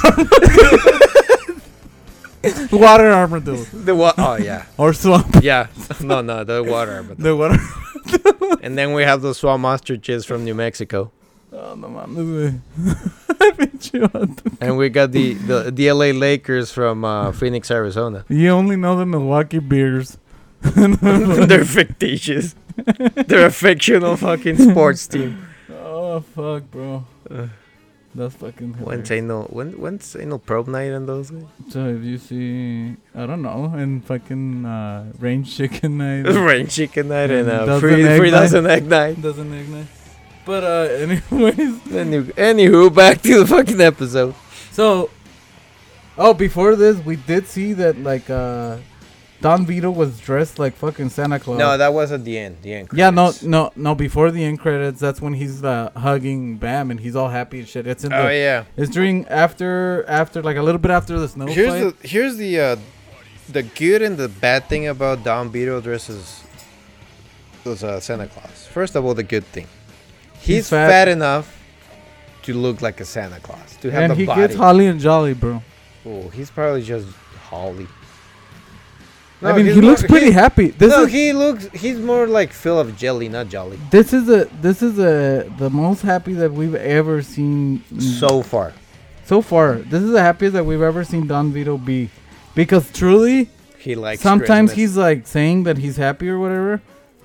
S1: water armadillo
S2: the wa- oh yeah,
S1: or swamp.
S2: yeah, no no the water armadillo,
S1: The water.
S2: and then we have the swamp ostriches from New Mexico,
S1: Oh no mames, güey. I beat you up.
S2: and we got the the, the LA Lakers from uh, Phoenix, Arizona.
S1: You only know the Milwaukee beers.
S2: They're fictitious. They're a fictional fucking sports team.
S1: oh fuck, bro.
S2: Uh.
S1: That's fucking.
S2: When's
S1: hilarious.
S2: anal when when's anal probe night on those guys?
S1: So if you see, I don't know, and fucking uh, range chicken night
S2: Rain chicken night and
S1: Mm,
S2: uh,
S1: dozen
S2: free
S1: egg
S2: free
S1: night.
S2: dozen egg night.
S1: doesn't ignite. But uh, anyways,
S2: Any- Anywho, back to the fucking episode.
S1: so oh, before this, we did see that like uh, Don Vito was dressed like fucking Santa Claus.
S2: No, that was at the end. The end.
S1: Yeah, no,
S2: credits.
S1: no, no. Before the end credits, that's when he's uh, hugging Bam, and he's all happy and shit. It's in the,
S2: Oh yeah.
S1: it's during after after like a little bit after the snow
S2: Here's
S1: fight.
S2: the here's the uh, the good and the bad thing about Don Beetle dresses was uh, Santa Claus. First of all, the good thing, he's,
S1: He's fat.
S2: fat. enough to look like a Santa Claus to have
S1: and
S2: the
S1: he
S2: body.
S1: gets holly and jolly, bro.
S2: oh, he's probably just Holly.
S1: I
S2: No,
S1: mean,
S2: he's
S1: he looks
S2: not-
S1: pretty
S2: he's-
S1: happy. This
S2: no,
S1: is
S2: he looks. He's more like Phil of Jelly, not Jolly.
S1: this is a this is a the most happy that we've ever seen Mm.
S2: So far,
S1: so far. This is the happiest that we've ever seen Don Vito be, because truly,
S2: he likes.
S1: sometimes
S2: Christmas.
S1: he's like saying that he's happy or whatever,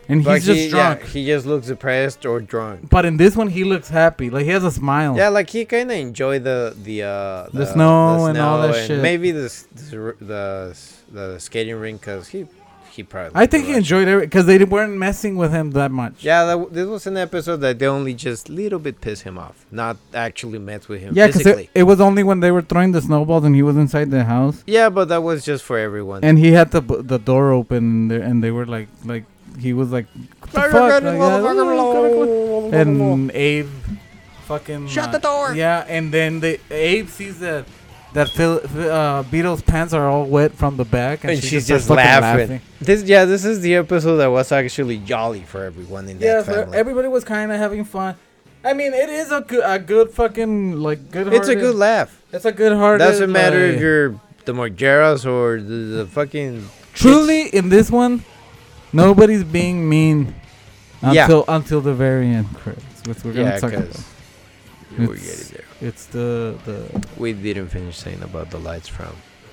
S1: and he's
S2: But
S1: just
S2: he- yeah,
S1: drunk.
S2: he just looks depressed or drunk.
S1: But in this one, he looks happy. Like he has a smile.
S2: Yeah, like he kind of enjoy the the uh,
S1: Oh. The snow and all that shit.
S2: Maybe the s- the s- r- the, s- the skating rink because he he probably.
S1: I think he
S2: liked it.
S1: enjoyed it because they weren't messing with him that much.
S2: Yeah, that, w- this was an episode that they only just little bit piss him off, not actually mess with him
S1: yeah, because
S2: physically.
S1: it, it was only when they were throwing the snowballs and he was inside the house
S2: yeah, but that was just for everyone.
S1: and he had the b- the door open and they, and they were like like "Oh, he was like "What the fuck?" Like, yeah, and Abe fucking
S2: Shut
S1: uh,
S2: the door!
S1: Yeah, and then the Abe sees that that Phil, uh, Beetle's pants are all wet from the back, and,
S2: and
S1: she
S2: she's
S1: just
S2: just
S1: starts fucking
S2: laughing. This yeah, this is the episode that was actually jolly for everyone in that
S1: Yeah, so
S2: family.
S1: everybody was kind of having fun. I mean, it is a good, a good fucking like good.
S2: it's a good laugh.
S1: It's a good hearted.
S2: Doesn't matter if
S1: like-
S2: you're the Margeras or the, the fucking
S1: Truly, in this one, nobody's being mean
S2: Yeah.
S1: until until the very end, Chris. Which we're gonna
S2: yeah,
S1: talk
S2: because
S1: about.
S2: we're
S1: It's-
S2: getting there.
S1: It's the the
S2: We didn't finish saying about the lights from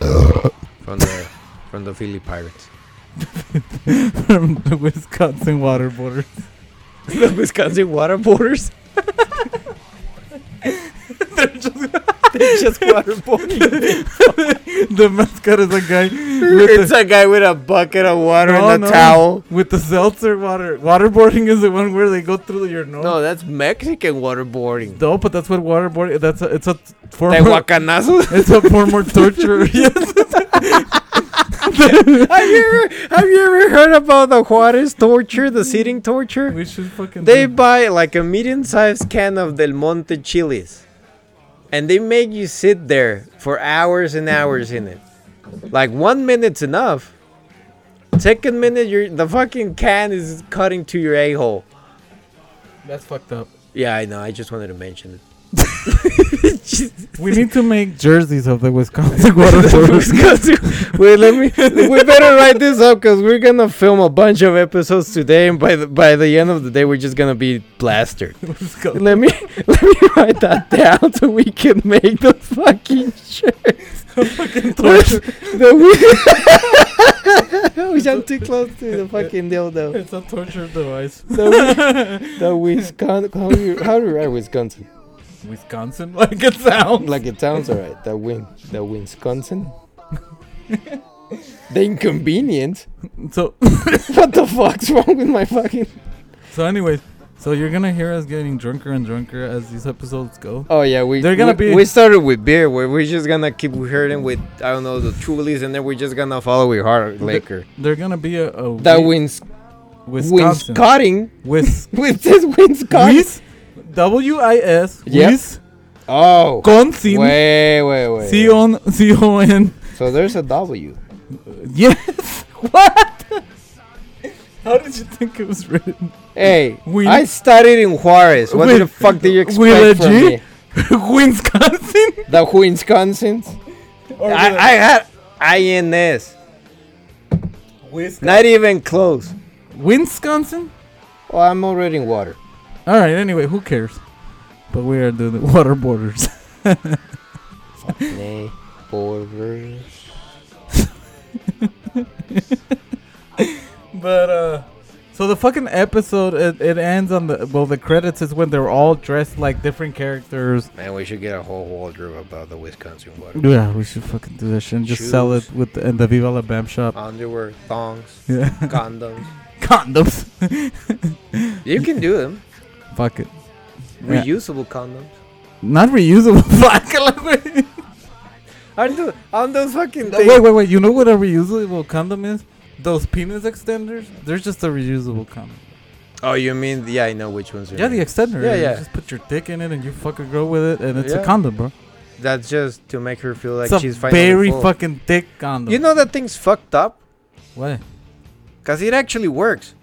S2: from the from the Philly Pirates,
S1: from the Wisconsin waterboarders.
S2: the Wisconsin waterboarders. They're just waterboarding.
S1: the mascot is a guy with
S2: it's
S1: the,
S2: a guy with a bucket of water
S1: No,
S2: and a
S1: no.
S2: towel.
S1: with the seltzer water. Waterboarding is the one where they go through your nose.
S2: No, that's Mexican waterboarding.
S1: No, but that's what waterboarding. That's a, it's a form. of-
S2: Tehuacanazo.
S1: It's a form of torture. yes.
S2: have you ever have you ever heard about the Juarez torture, the sitting torture?
S1: We should fucking.
S2: They
S1: do-
S2: buy like a medium-sized can of Del Monte chilies, and they make you sit there for hours and hours in it. Like one minute's enough. Second minute, you're, the fucking can is cutting to your a-hole.
S1: that's fucked up.
S2: Yeah, I know. I just wanted to mention it.
S1: We need to make jerseys of the Wisconsin waterboarders.
S2: Wait, let me. We better write this up because we're gonna film a bunch of episodes today, and by the by the end of the day, we're just gonna be blastered.
S1: Wisconsin-
S2: Let me let me write that down so we can make the fucking shirt.
S1: fucking torture.
S2: the wi- Which I'm too close to the fucking dildo.
S1: It's a torture device.
S2: The, wi- the Wisconsin. How do you how do you write Wisconsin?
S1: Wisconsin, like it sounds.
S2: Like it sounds alright. The win the Wisconsin. the inconvenience.
S1: So,
S2: What the fuck's wrong with my fucking?
S1: so anyways, so you're gonna hear us getting drunker and drunker as these episodes go.
S2: Oh yeah, we
S1: They're gonna
S2: we,
S1: be-
S2: We started with beer. We're, we're just gonna keep hurting with I don't know the Trulies, and then we're just gonna follow with hard liquor.
S1: They're gonna be a, a
S2: That
S1: wi-
S2: wins
S1: Wisconsin.
S2: Wisconsin.
S1: Wis-
S2: With this Wisconsin.
S1: Wis- W I S.
S2: Yep.
S1: Wis-
S2: oh.
S1: Wisconsin.
S2: Wait, wait, wait.
S1: C O N C O N.
S2: So there's a W.
S1: Yes. What? How did you think it was written?
S2: Hey,
S1: Win-
S2: I studied in Juarez. What
S1: With-
S2: the fuck do you
S1: with
S2: expect
S1: a
S2: from
S1: G?
S2: me?
S1: Wisconsin.
S2: The Wisconsin? I,
S1: Or the-
S2: I had INS.
S1: Wisconsin.
S2: Not even close.
S1: Wisconsin?
S2: Oh, I'm already in water.
S1: All right. Anyway, who cares? But we are the the waterboarders.
S2: Nay, borders.
S1: but uh, so the fucking episode it, it ends on the well the credits is when they're all dressed like different characters.
S2: Man, we should get a whole wardrobe about the Wisconsin water.
S1: Yeah, we should fucking do this shit and just sell it
S2: Shoes.
S1: with the, in the Viva La Bam shop.
S2: Underwear, thongs,
S1: Yeah,
S2: condoms.
S1: condoms.
S2: You can do them.
S1: Fuck it. Yeah.
S2: Reusable condoms.
S1: Not reusable. Fuck.
S2: Aren't those, aren't those fucking things?
S1: wait, wait, wait. You know what a reusable condom is? Those penis extenders. They're just a reusable condom.
S2: Oh, you mean yeah? I know which ones. Are
S1: Yeah, the extender.
S2: Yeah,
S1: you
S2: yeah.
S1: Just put your dick in it and you fucking grow with it, and it's a
S2: Yeah.
S1: condom, bro.
S2: That's just to make her feel like
S1: it's a
S2: she's finally
S1: very
S2: full.
S1: fucking thick condom.
S2: You know that thing's fucked up
S1: why?
S2: because it actually works.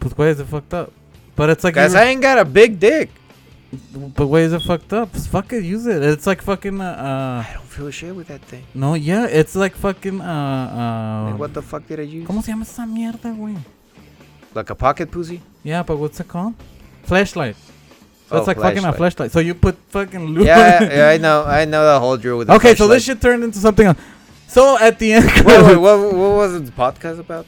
S1: But why is it fucked up? But it's like,
S2: Cause
S1: you're-
S2: I ain't got a big dick.
S1: but why is it fucked up? Just fuck it, use it. It's like fucking uh, uh
S2: I don't feel shit with that thing.
S1: no, yeah, it's like fucking uh uh.
S2: Like, what the fuck did I use?
S1: ¿Cómo se llama esa mierda, güey?
S2: Like a pocket pussy?
S1: Yeah, but what's it called? Flashlight. So it's
S2: Oh,
S1: like fucking a
S2: flashlight.
S1: flashlight. So you put fucking lube.
S2: yeah, yeah, I know, I know the whole drill with. The
S1: okay, so this
S2: flashlight.
S1: shit turned into something else. So at the end,
S2: Wait, wait, what, what was the podcast about?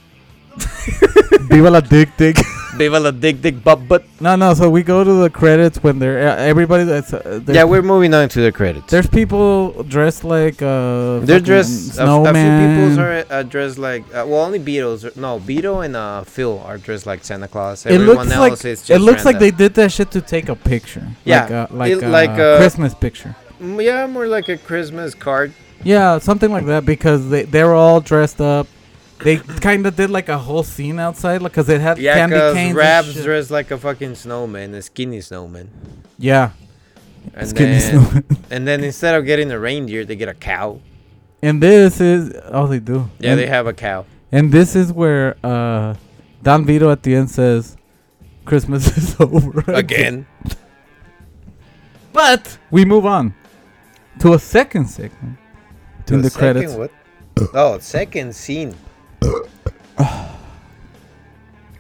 S1: Viva la dick dick.
S2: Viva la dick dick butt butt.
S1: No, no. So we go to the credits when they're uh, everybody. That's uh, there's,
S2: Yeah, we're moving on to the credits.
S1: there's people dressed like uh.
S2: They're
S1: fucking
S2: dressed. A, a few
S1: snowman.
S2: people are uh, dressed like. Uh, well, only Beatles. are- No, Beatle and uh, Phil are dressed like Santa Claus.
S1: It
S2: Everyone
S1: looks
S2: else
S1: like
S2: is just.
S1: it looks like
S2: random.
S1: they did that shit to take a picture.
S2: Yeah,
S1: like a, like,
S2: it-
S1: a,
S2: like uh, a-
S1: Christmas picture.
S2: Mm, Yeah, more like a Christmas card.
S1: Yeah, something like that because they they're all dressed up. They kind of did like a whole scene outside because it had
S2: Yeah,
S1: candy
S2: because
S1: canes. and
S2: Rab's
S1: shit.
S2: dressed like a fucking snowman, a skinny snowman.
S1: yeah,
S2: And
S1: Skinny
S2: then,
S1: snowman.
S2: and then instead of getting a reindeer, they get a cow.
S1: And this is oh they do.
S2: Yeah,
S1: and,
S2: they have a cow.
S1: And this is where uh Don Vito at the end says Christmas is over
S2: Again.
S1: But we move on to a second segment.
S2: To
S1: in
S2: a
S1: the
S2: second
S1: credits.
S2: What? Oh, second scene.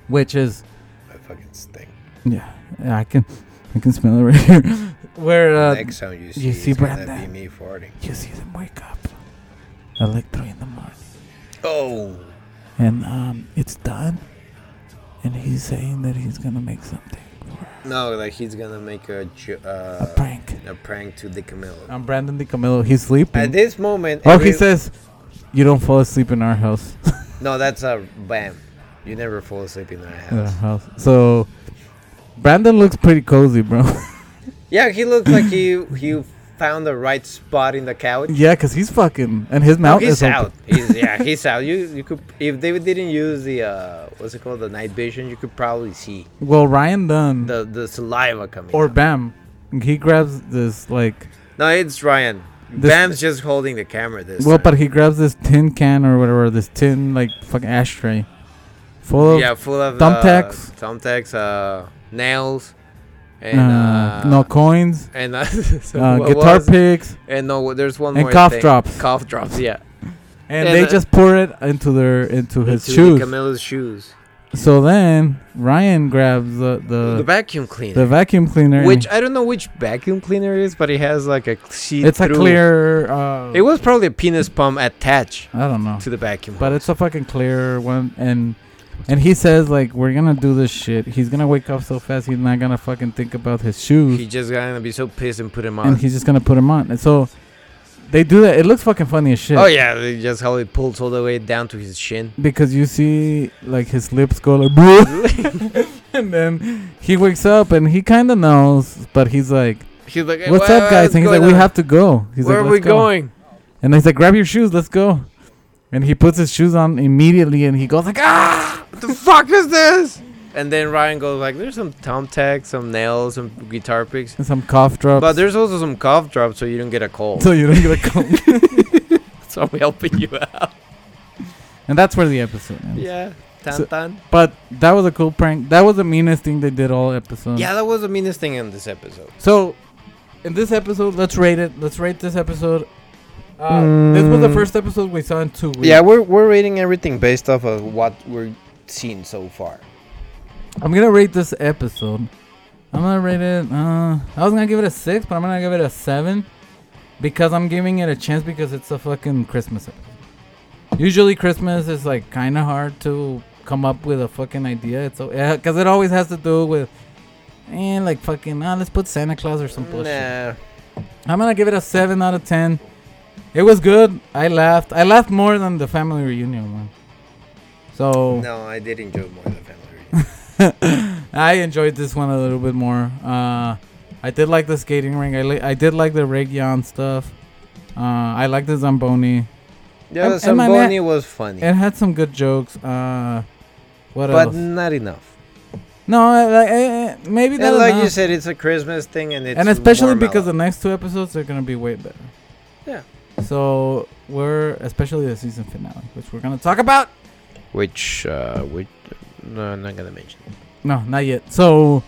S1: Which is
S2: I fucking stink.
S1: yeah, I can I can smell it right here. Where uh
S2: Next time you see,
S1: you see
S2: it's gonna
S1: Brenda.
S2: be me farting.
S1: you see them wake up at like three in the morning.
S2: Oh.
S1: And um it's done. And he's saying that he's gonna make something for
S2: No, like he's gonna make a ju-
S1: a
S2: uh,
S1: prank.
S2: a prank to the Camilo.
S1: I'm Brandon DiCamillo. He's sleeping.
S2: At this moment,
S1: oh, he
S2: every-
S1: says, "You don't fall asleep in our house."
S2: no. That's a bam. You never fall asleep in our
S1: In our
S2: house.
S1: house. So, Brandon looks pretty cozy, bro.
S2: Yeah, he looks like he he found the right spot in the couch.
S1: yeah, cause he's fucking and his
S2: No,
S1: mouth
S2: he's
S1: is open.
S2: out. He's, yeah, he's out. You you could if they didn't use the uh what's it called the night vision, you could probably see
S1: Well, Ryan Dunn
S2: the the saliva coming.
S1: or
S2: Or
S1: Bam, he grabs this like
S2: no, it's Ryan.
S1: This-
S2: Bam's just holding the camera this
S1: well,
S2: time.
S1: but he grabs this tin can or whatever, this tin like fucking ashtray, full of uh,
S2: yeah, full of
S1: thumbtacks.
S2: uh, thumbtacks, uh, nails, and
S1: uh,
S2: uh,
S1: no coins,
S2: and uh, so
S1: uh,
S2: what
S1: guitar
S2: was-
S1: picks,
S2: and no, there's one
S1: and
S2: more
S1: cough
S2: thing.
S1: drops.
S2: cough drops, yeah,
S1: and,
S2: and
S1: they
S2: the-
S1: just pour it into their into his
S2: Into
S1: shoes.
S2: the Camilo's shoes,
S1: So then Ryan grabs the
S2: the
S1: the,
S2: vacuum cleaner,
S1: Uh, the vacuum cleaner. and
S2: which I don't know which vacuum cleaner it is, but it has like a see
S1: it's a clear. Uh,
S2: It was probably a penis pump attached
S1: I don't know,
S2: to the vacuum.
S1: but
S2: hose.
S1: it's a fucking clear one, and and he says like we're gonna do this shit. He's gonna wake up so fast he's not gonna fucking think about his shoes,
S2: he just gonna be so pissed and put him on.
S1: and he's just gonna put them on. And so they do that. It looks fucking funny as shit.
S2: oh yeah, they just how it pulls all the way down to his shin.
S1: Because you see, like his lips go like, "Bleh." and then he wakes up and he kind of knows, but he's like,
S2: He's like, "Hey,
S1: "What's
S2: what-
S1: up, guys?"
S2: what's
S1: And he's like,
S2: going
S1: "We
S2: on?
S1: have to go." He's
S2: Where
S1: like,
S2: are we
S1: "Let's go."
S2: going?
S1: And he's like, grab your shoes, let's go. And he puts his shoes on immediately and he goes like, ah!
S2: What the fuck is this? And then Ryan goes like, "There's some thumbtacks, some nails, some guitar picks,
S1: And some cough drops.
S2: but there's also some cough drops, so you don't get a cold.
S1: so you don't get a cold.
S2: so I'm helping you out.
S1: and that's where the episode ends.
S2: yeah, tan
S1: So-
S2: tan.
S1: But that was a cool prank. That was the meanest thing they did all episode.
S2: Yeah, that was the meanest thing in this episode.
S1: So, in this episode, let's rate it. Let's rate this episode. Uh, This was the
S2: Mm.
S1: first episode we saw in two weeks.
S2: Yeah, we're we're rating everything based off of what we're seeing so far.
S1: I'm going to rate this episode. I'm going to rate it. Uh, I was going to give it a six, but I'm going to give it a seven because I'm giving it a chance because it's a fucking Christmas episode. Usually, Christmas is like kind of hard to come up with a fucking idea. It's because it always has to do with. And like fucking, ah, let's put Santa Claus or some bullshit.
S2: Nah.
S1: I'm gonna give it a seven out of ten. It was good. I laughed. I laughed more than the family reunion one. So
S2: No, I did enjoy more than Family
S1: I enjoyed this one a little bit more. Uh, I did like the skating ring. I, li- I did like the Region stuff. Uh, I like the Zamboni.
S2: Yeah,
S1: Am- am I mad?
S2: Zamboni was funny,
S1: It had some good jokes. Uh, what
S2: but
S1: else?
S2: not enough.
S1: No, I, I, I, maybe that.
S2: And like you
S1: enough.
S2: said, it's a Christmas thing, and it's
S1: and especially
S2: more
S1: because
S2: mellow.
S1: the next two episodes are gonna be way better.
S2: Yeah.
S1: So we're especially the season finale, which we're gonna talk about.
S2: which uh, which no, I'm not gonna mention.
S1: No, not yet. So,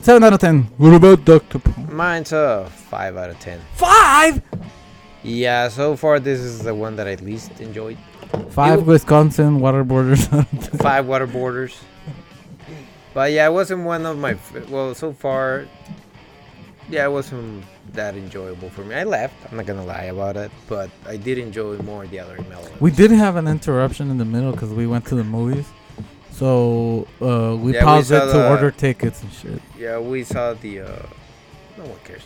S1: 7 out of 10. What about Dr. Paul?
S2: Mine's a five out of ten.
S1: 5!
S2: Yeah, so far this is the one that I least enjoyed.
S1: 5
S2: Ew.
S1: Wisconsin waterboarders.
S2: Five water borders. But yeah, it wasn't one of my. f- Well, so far, yeah, it wasn't that enjoyable for me. I laughed. I'm not gonna lie about it, but I did enjoy more the other mellow.
S1: we did have an interruption in the middle because we went to the movies. So, uh, we
S2: Yeah, we
S1: paused
S2: saw
S1: it to
S2: the-
S1: order tickets and shit.
S2: yeah, we saw the. Uh, no one cares.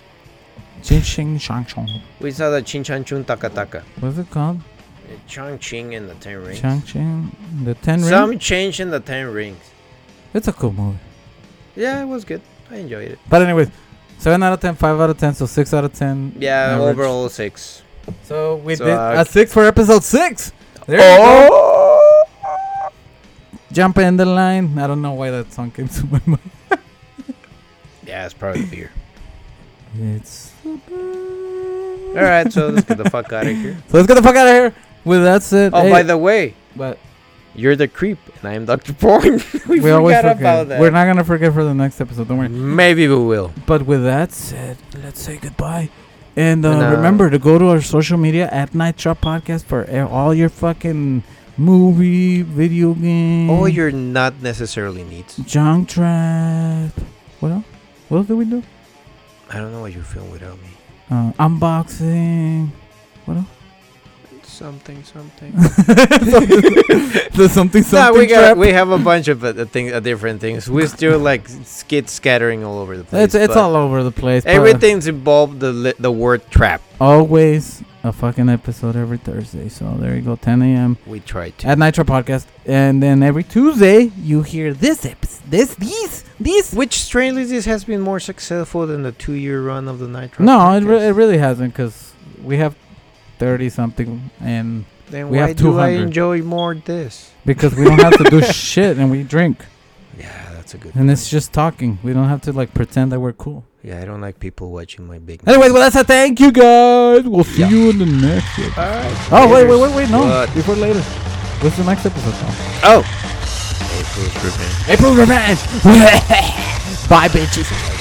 S1: Ching Ching Shang Chong.
S2: We saw the Chin Chan Chun Taka Taka,
S1: What's it called?
S2: Uh, Chang Ching and the Ten Rings.
S1: Chang Ching. The Ten Ring.
S2: Some change in the Ten Rings.
S1: It's a cool movie.
S2: Yeah, it was good. I enjoyed it.
S1: But, anyways, 7 out of 10, 5 out of 10, so 6 out of 10.
S2: Yeah,
S1: average.
S2: overall six.
S1: So, we
S2: So,
S1: did
S2: uh,
S1: a 6 for episode 6. There you go.
S2: oh!
S1: Jump in the line. I don't know why that song came to my mind.
S2: Yeah, it's probably beer.
S1: It's so bad.
S2: All right, so let's get the fuck out of here.
S1: So let's get the fuck out of here. With that said,
S2: Oh,
S1: hey,
S2: by the way,
S1: but
S2: you're the creep, and I'm Dr. Porn. we,
S1: we, always
S2: forgot
S1: forget.
S2: about that.
S1: We're not gonna forget for the next episode. Don't worry.
S2: Maybe we will.
S1: But with that said, let's say goodbye. And uh,
S2: And, uh,
S1: remember to go to our social media at Night Shop Podcast for e- all your fucking movie, video game,
S2: Oh, you're not necessarily needs.
S1: junk trap. What else? What else do we do?
S2: I don't know what you feel without me.
S1: Uh, unboxing. What else?
S2: Something, something.
S1: the something something
S2: no, we got
S1: trap.
S2: we have a bunch of uh, thing, uh, different things. We still like skid scattering all uh, over the place.
S1: it's it's
S2: but
S1: all over the place. but
S2: Everything's involved the li- the word trap.
S1: Always a fucking episode every Thursday. So there you go, 10 a.m.
S2: We tried to.
S1: at Nitro Podcast, and then every Tuesday you hear this episode, this these these.
S2: Which strangely this has been more successful than the two year run of the Nitro.
S1: No, it, re-
S2: podcast.
S1: it really hasn't because we have thirty something, and
S2: then
S1: we
S2: why
S1: have
S2: do I
S1: 200.
S2: enjoy more this?
S1: because we don't have to do shit and we drink,
S2: Yeah, that's a good.
S1: and it's just talking. We don't have to like pretend that we're cool.
S2: Yeah, I don't like people watching my big.
S1: Anyways, well that's a thank you guys. We'll see
S2: Yeah.
S1: you in the next. Episode.
S2: Alright,
S1: Oh wait, wait,
S2: laters.
S1: wait, wait, no,
S2: What?
S1: before later. What's the next episode? Called?
S2: Oh. April's revenge.
S1: April Revenge. Bye, bitches.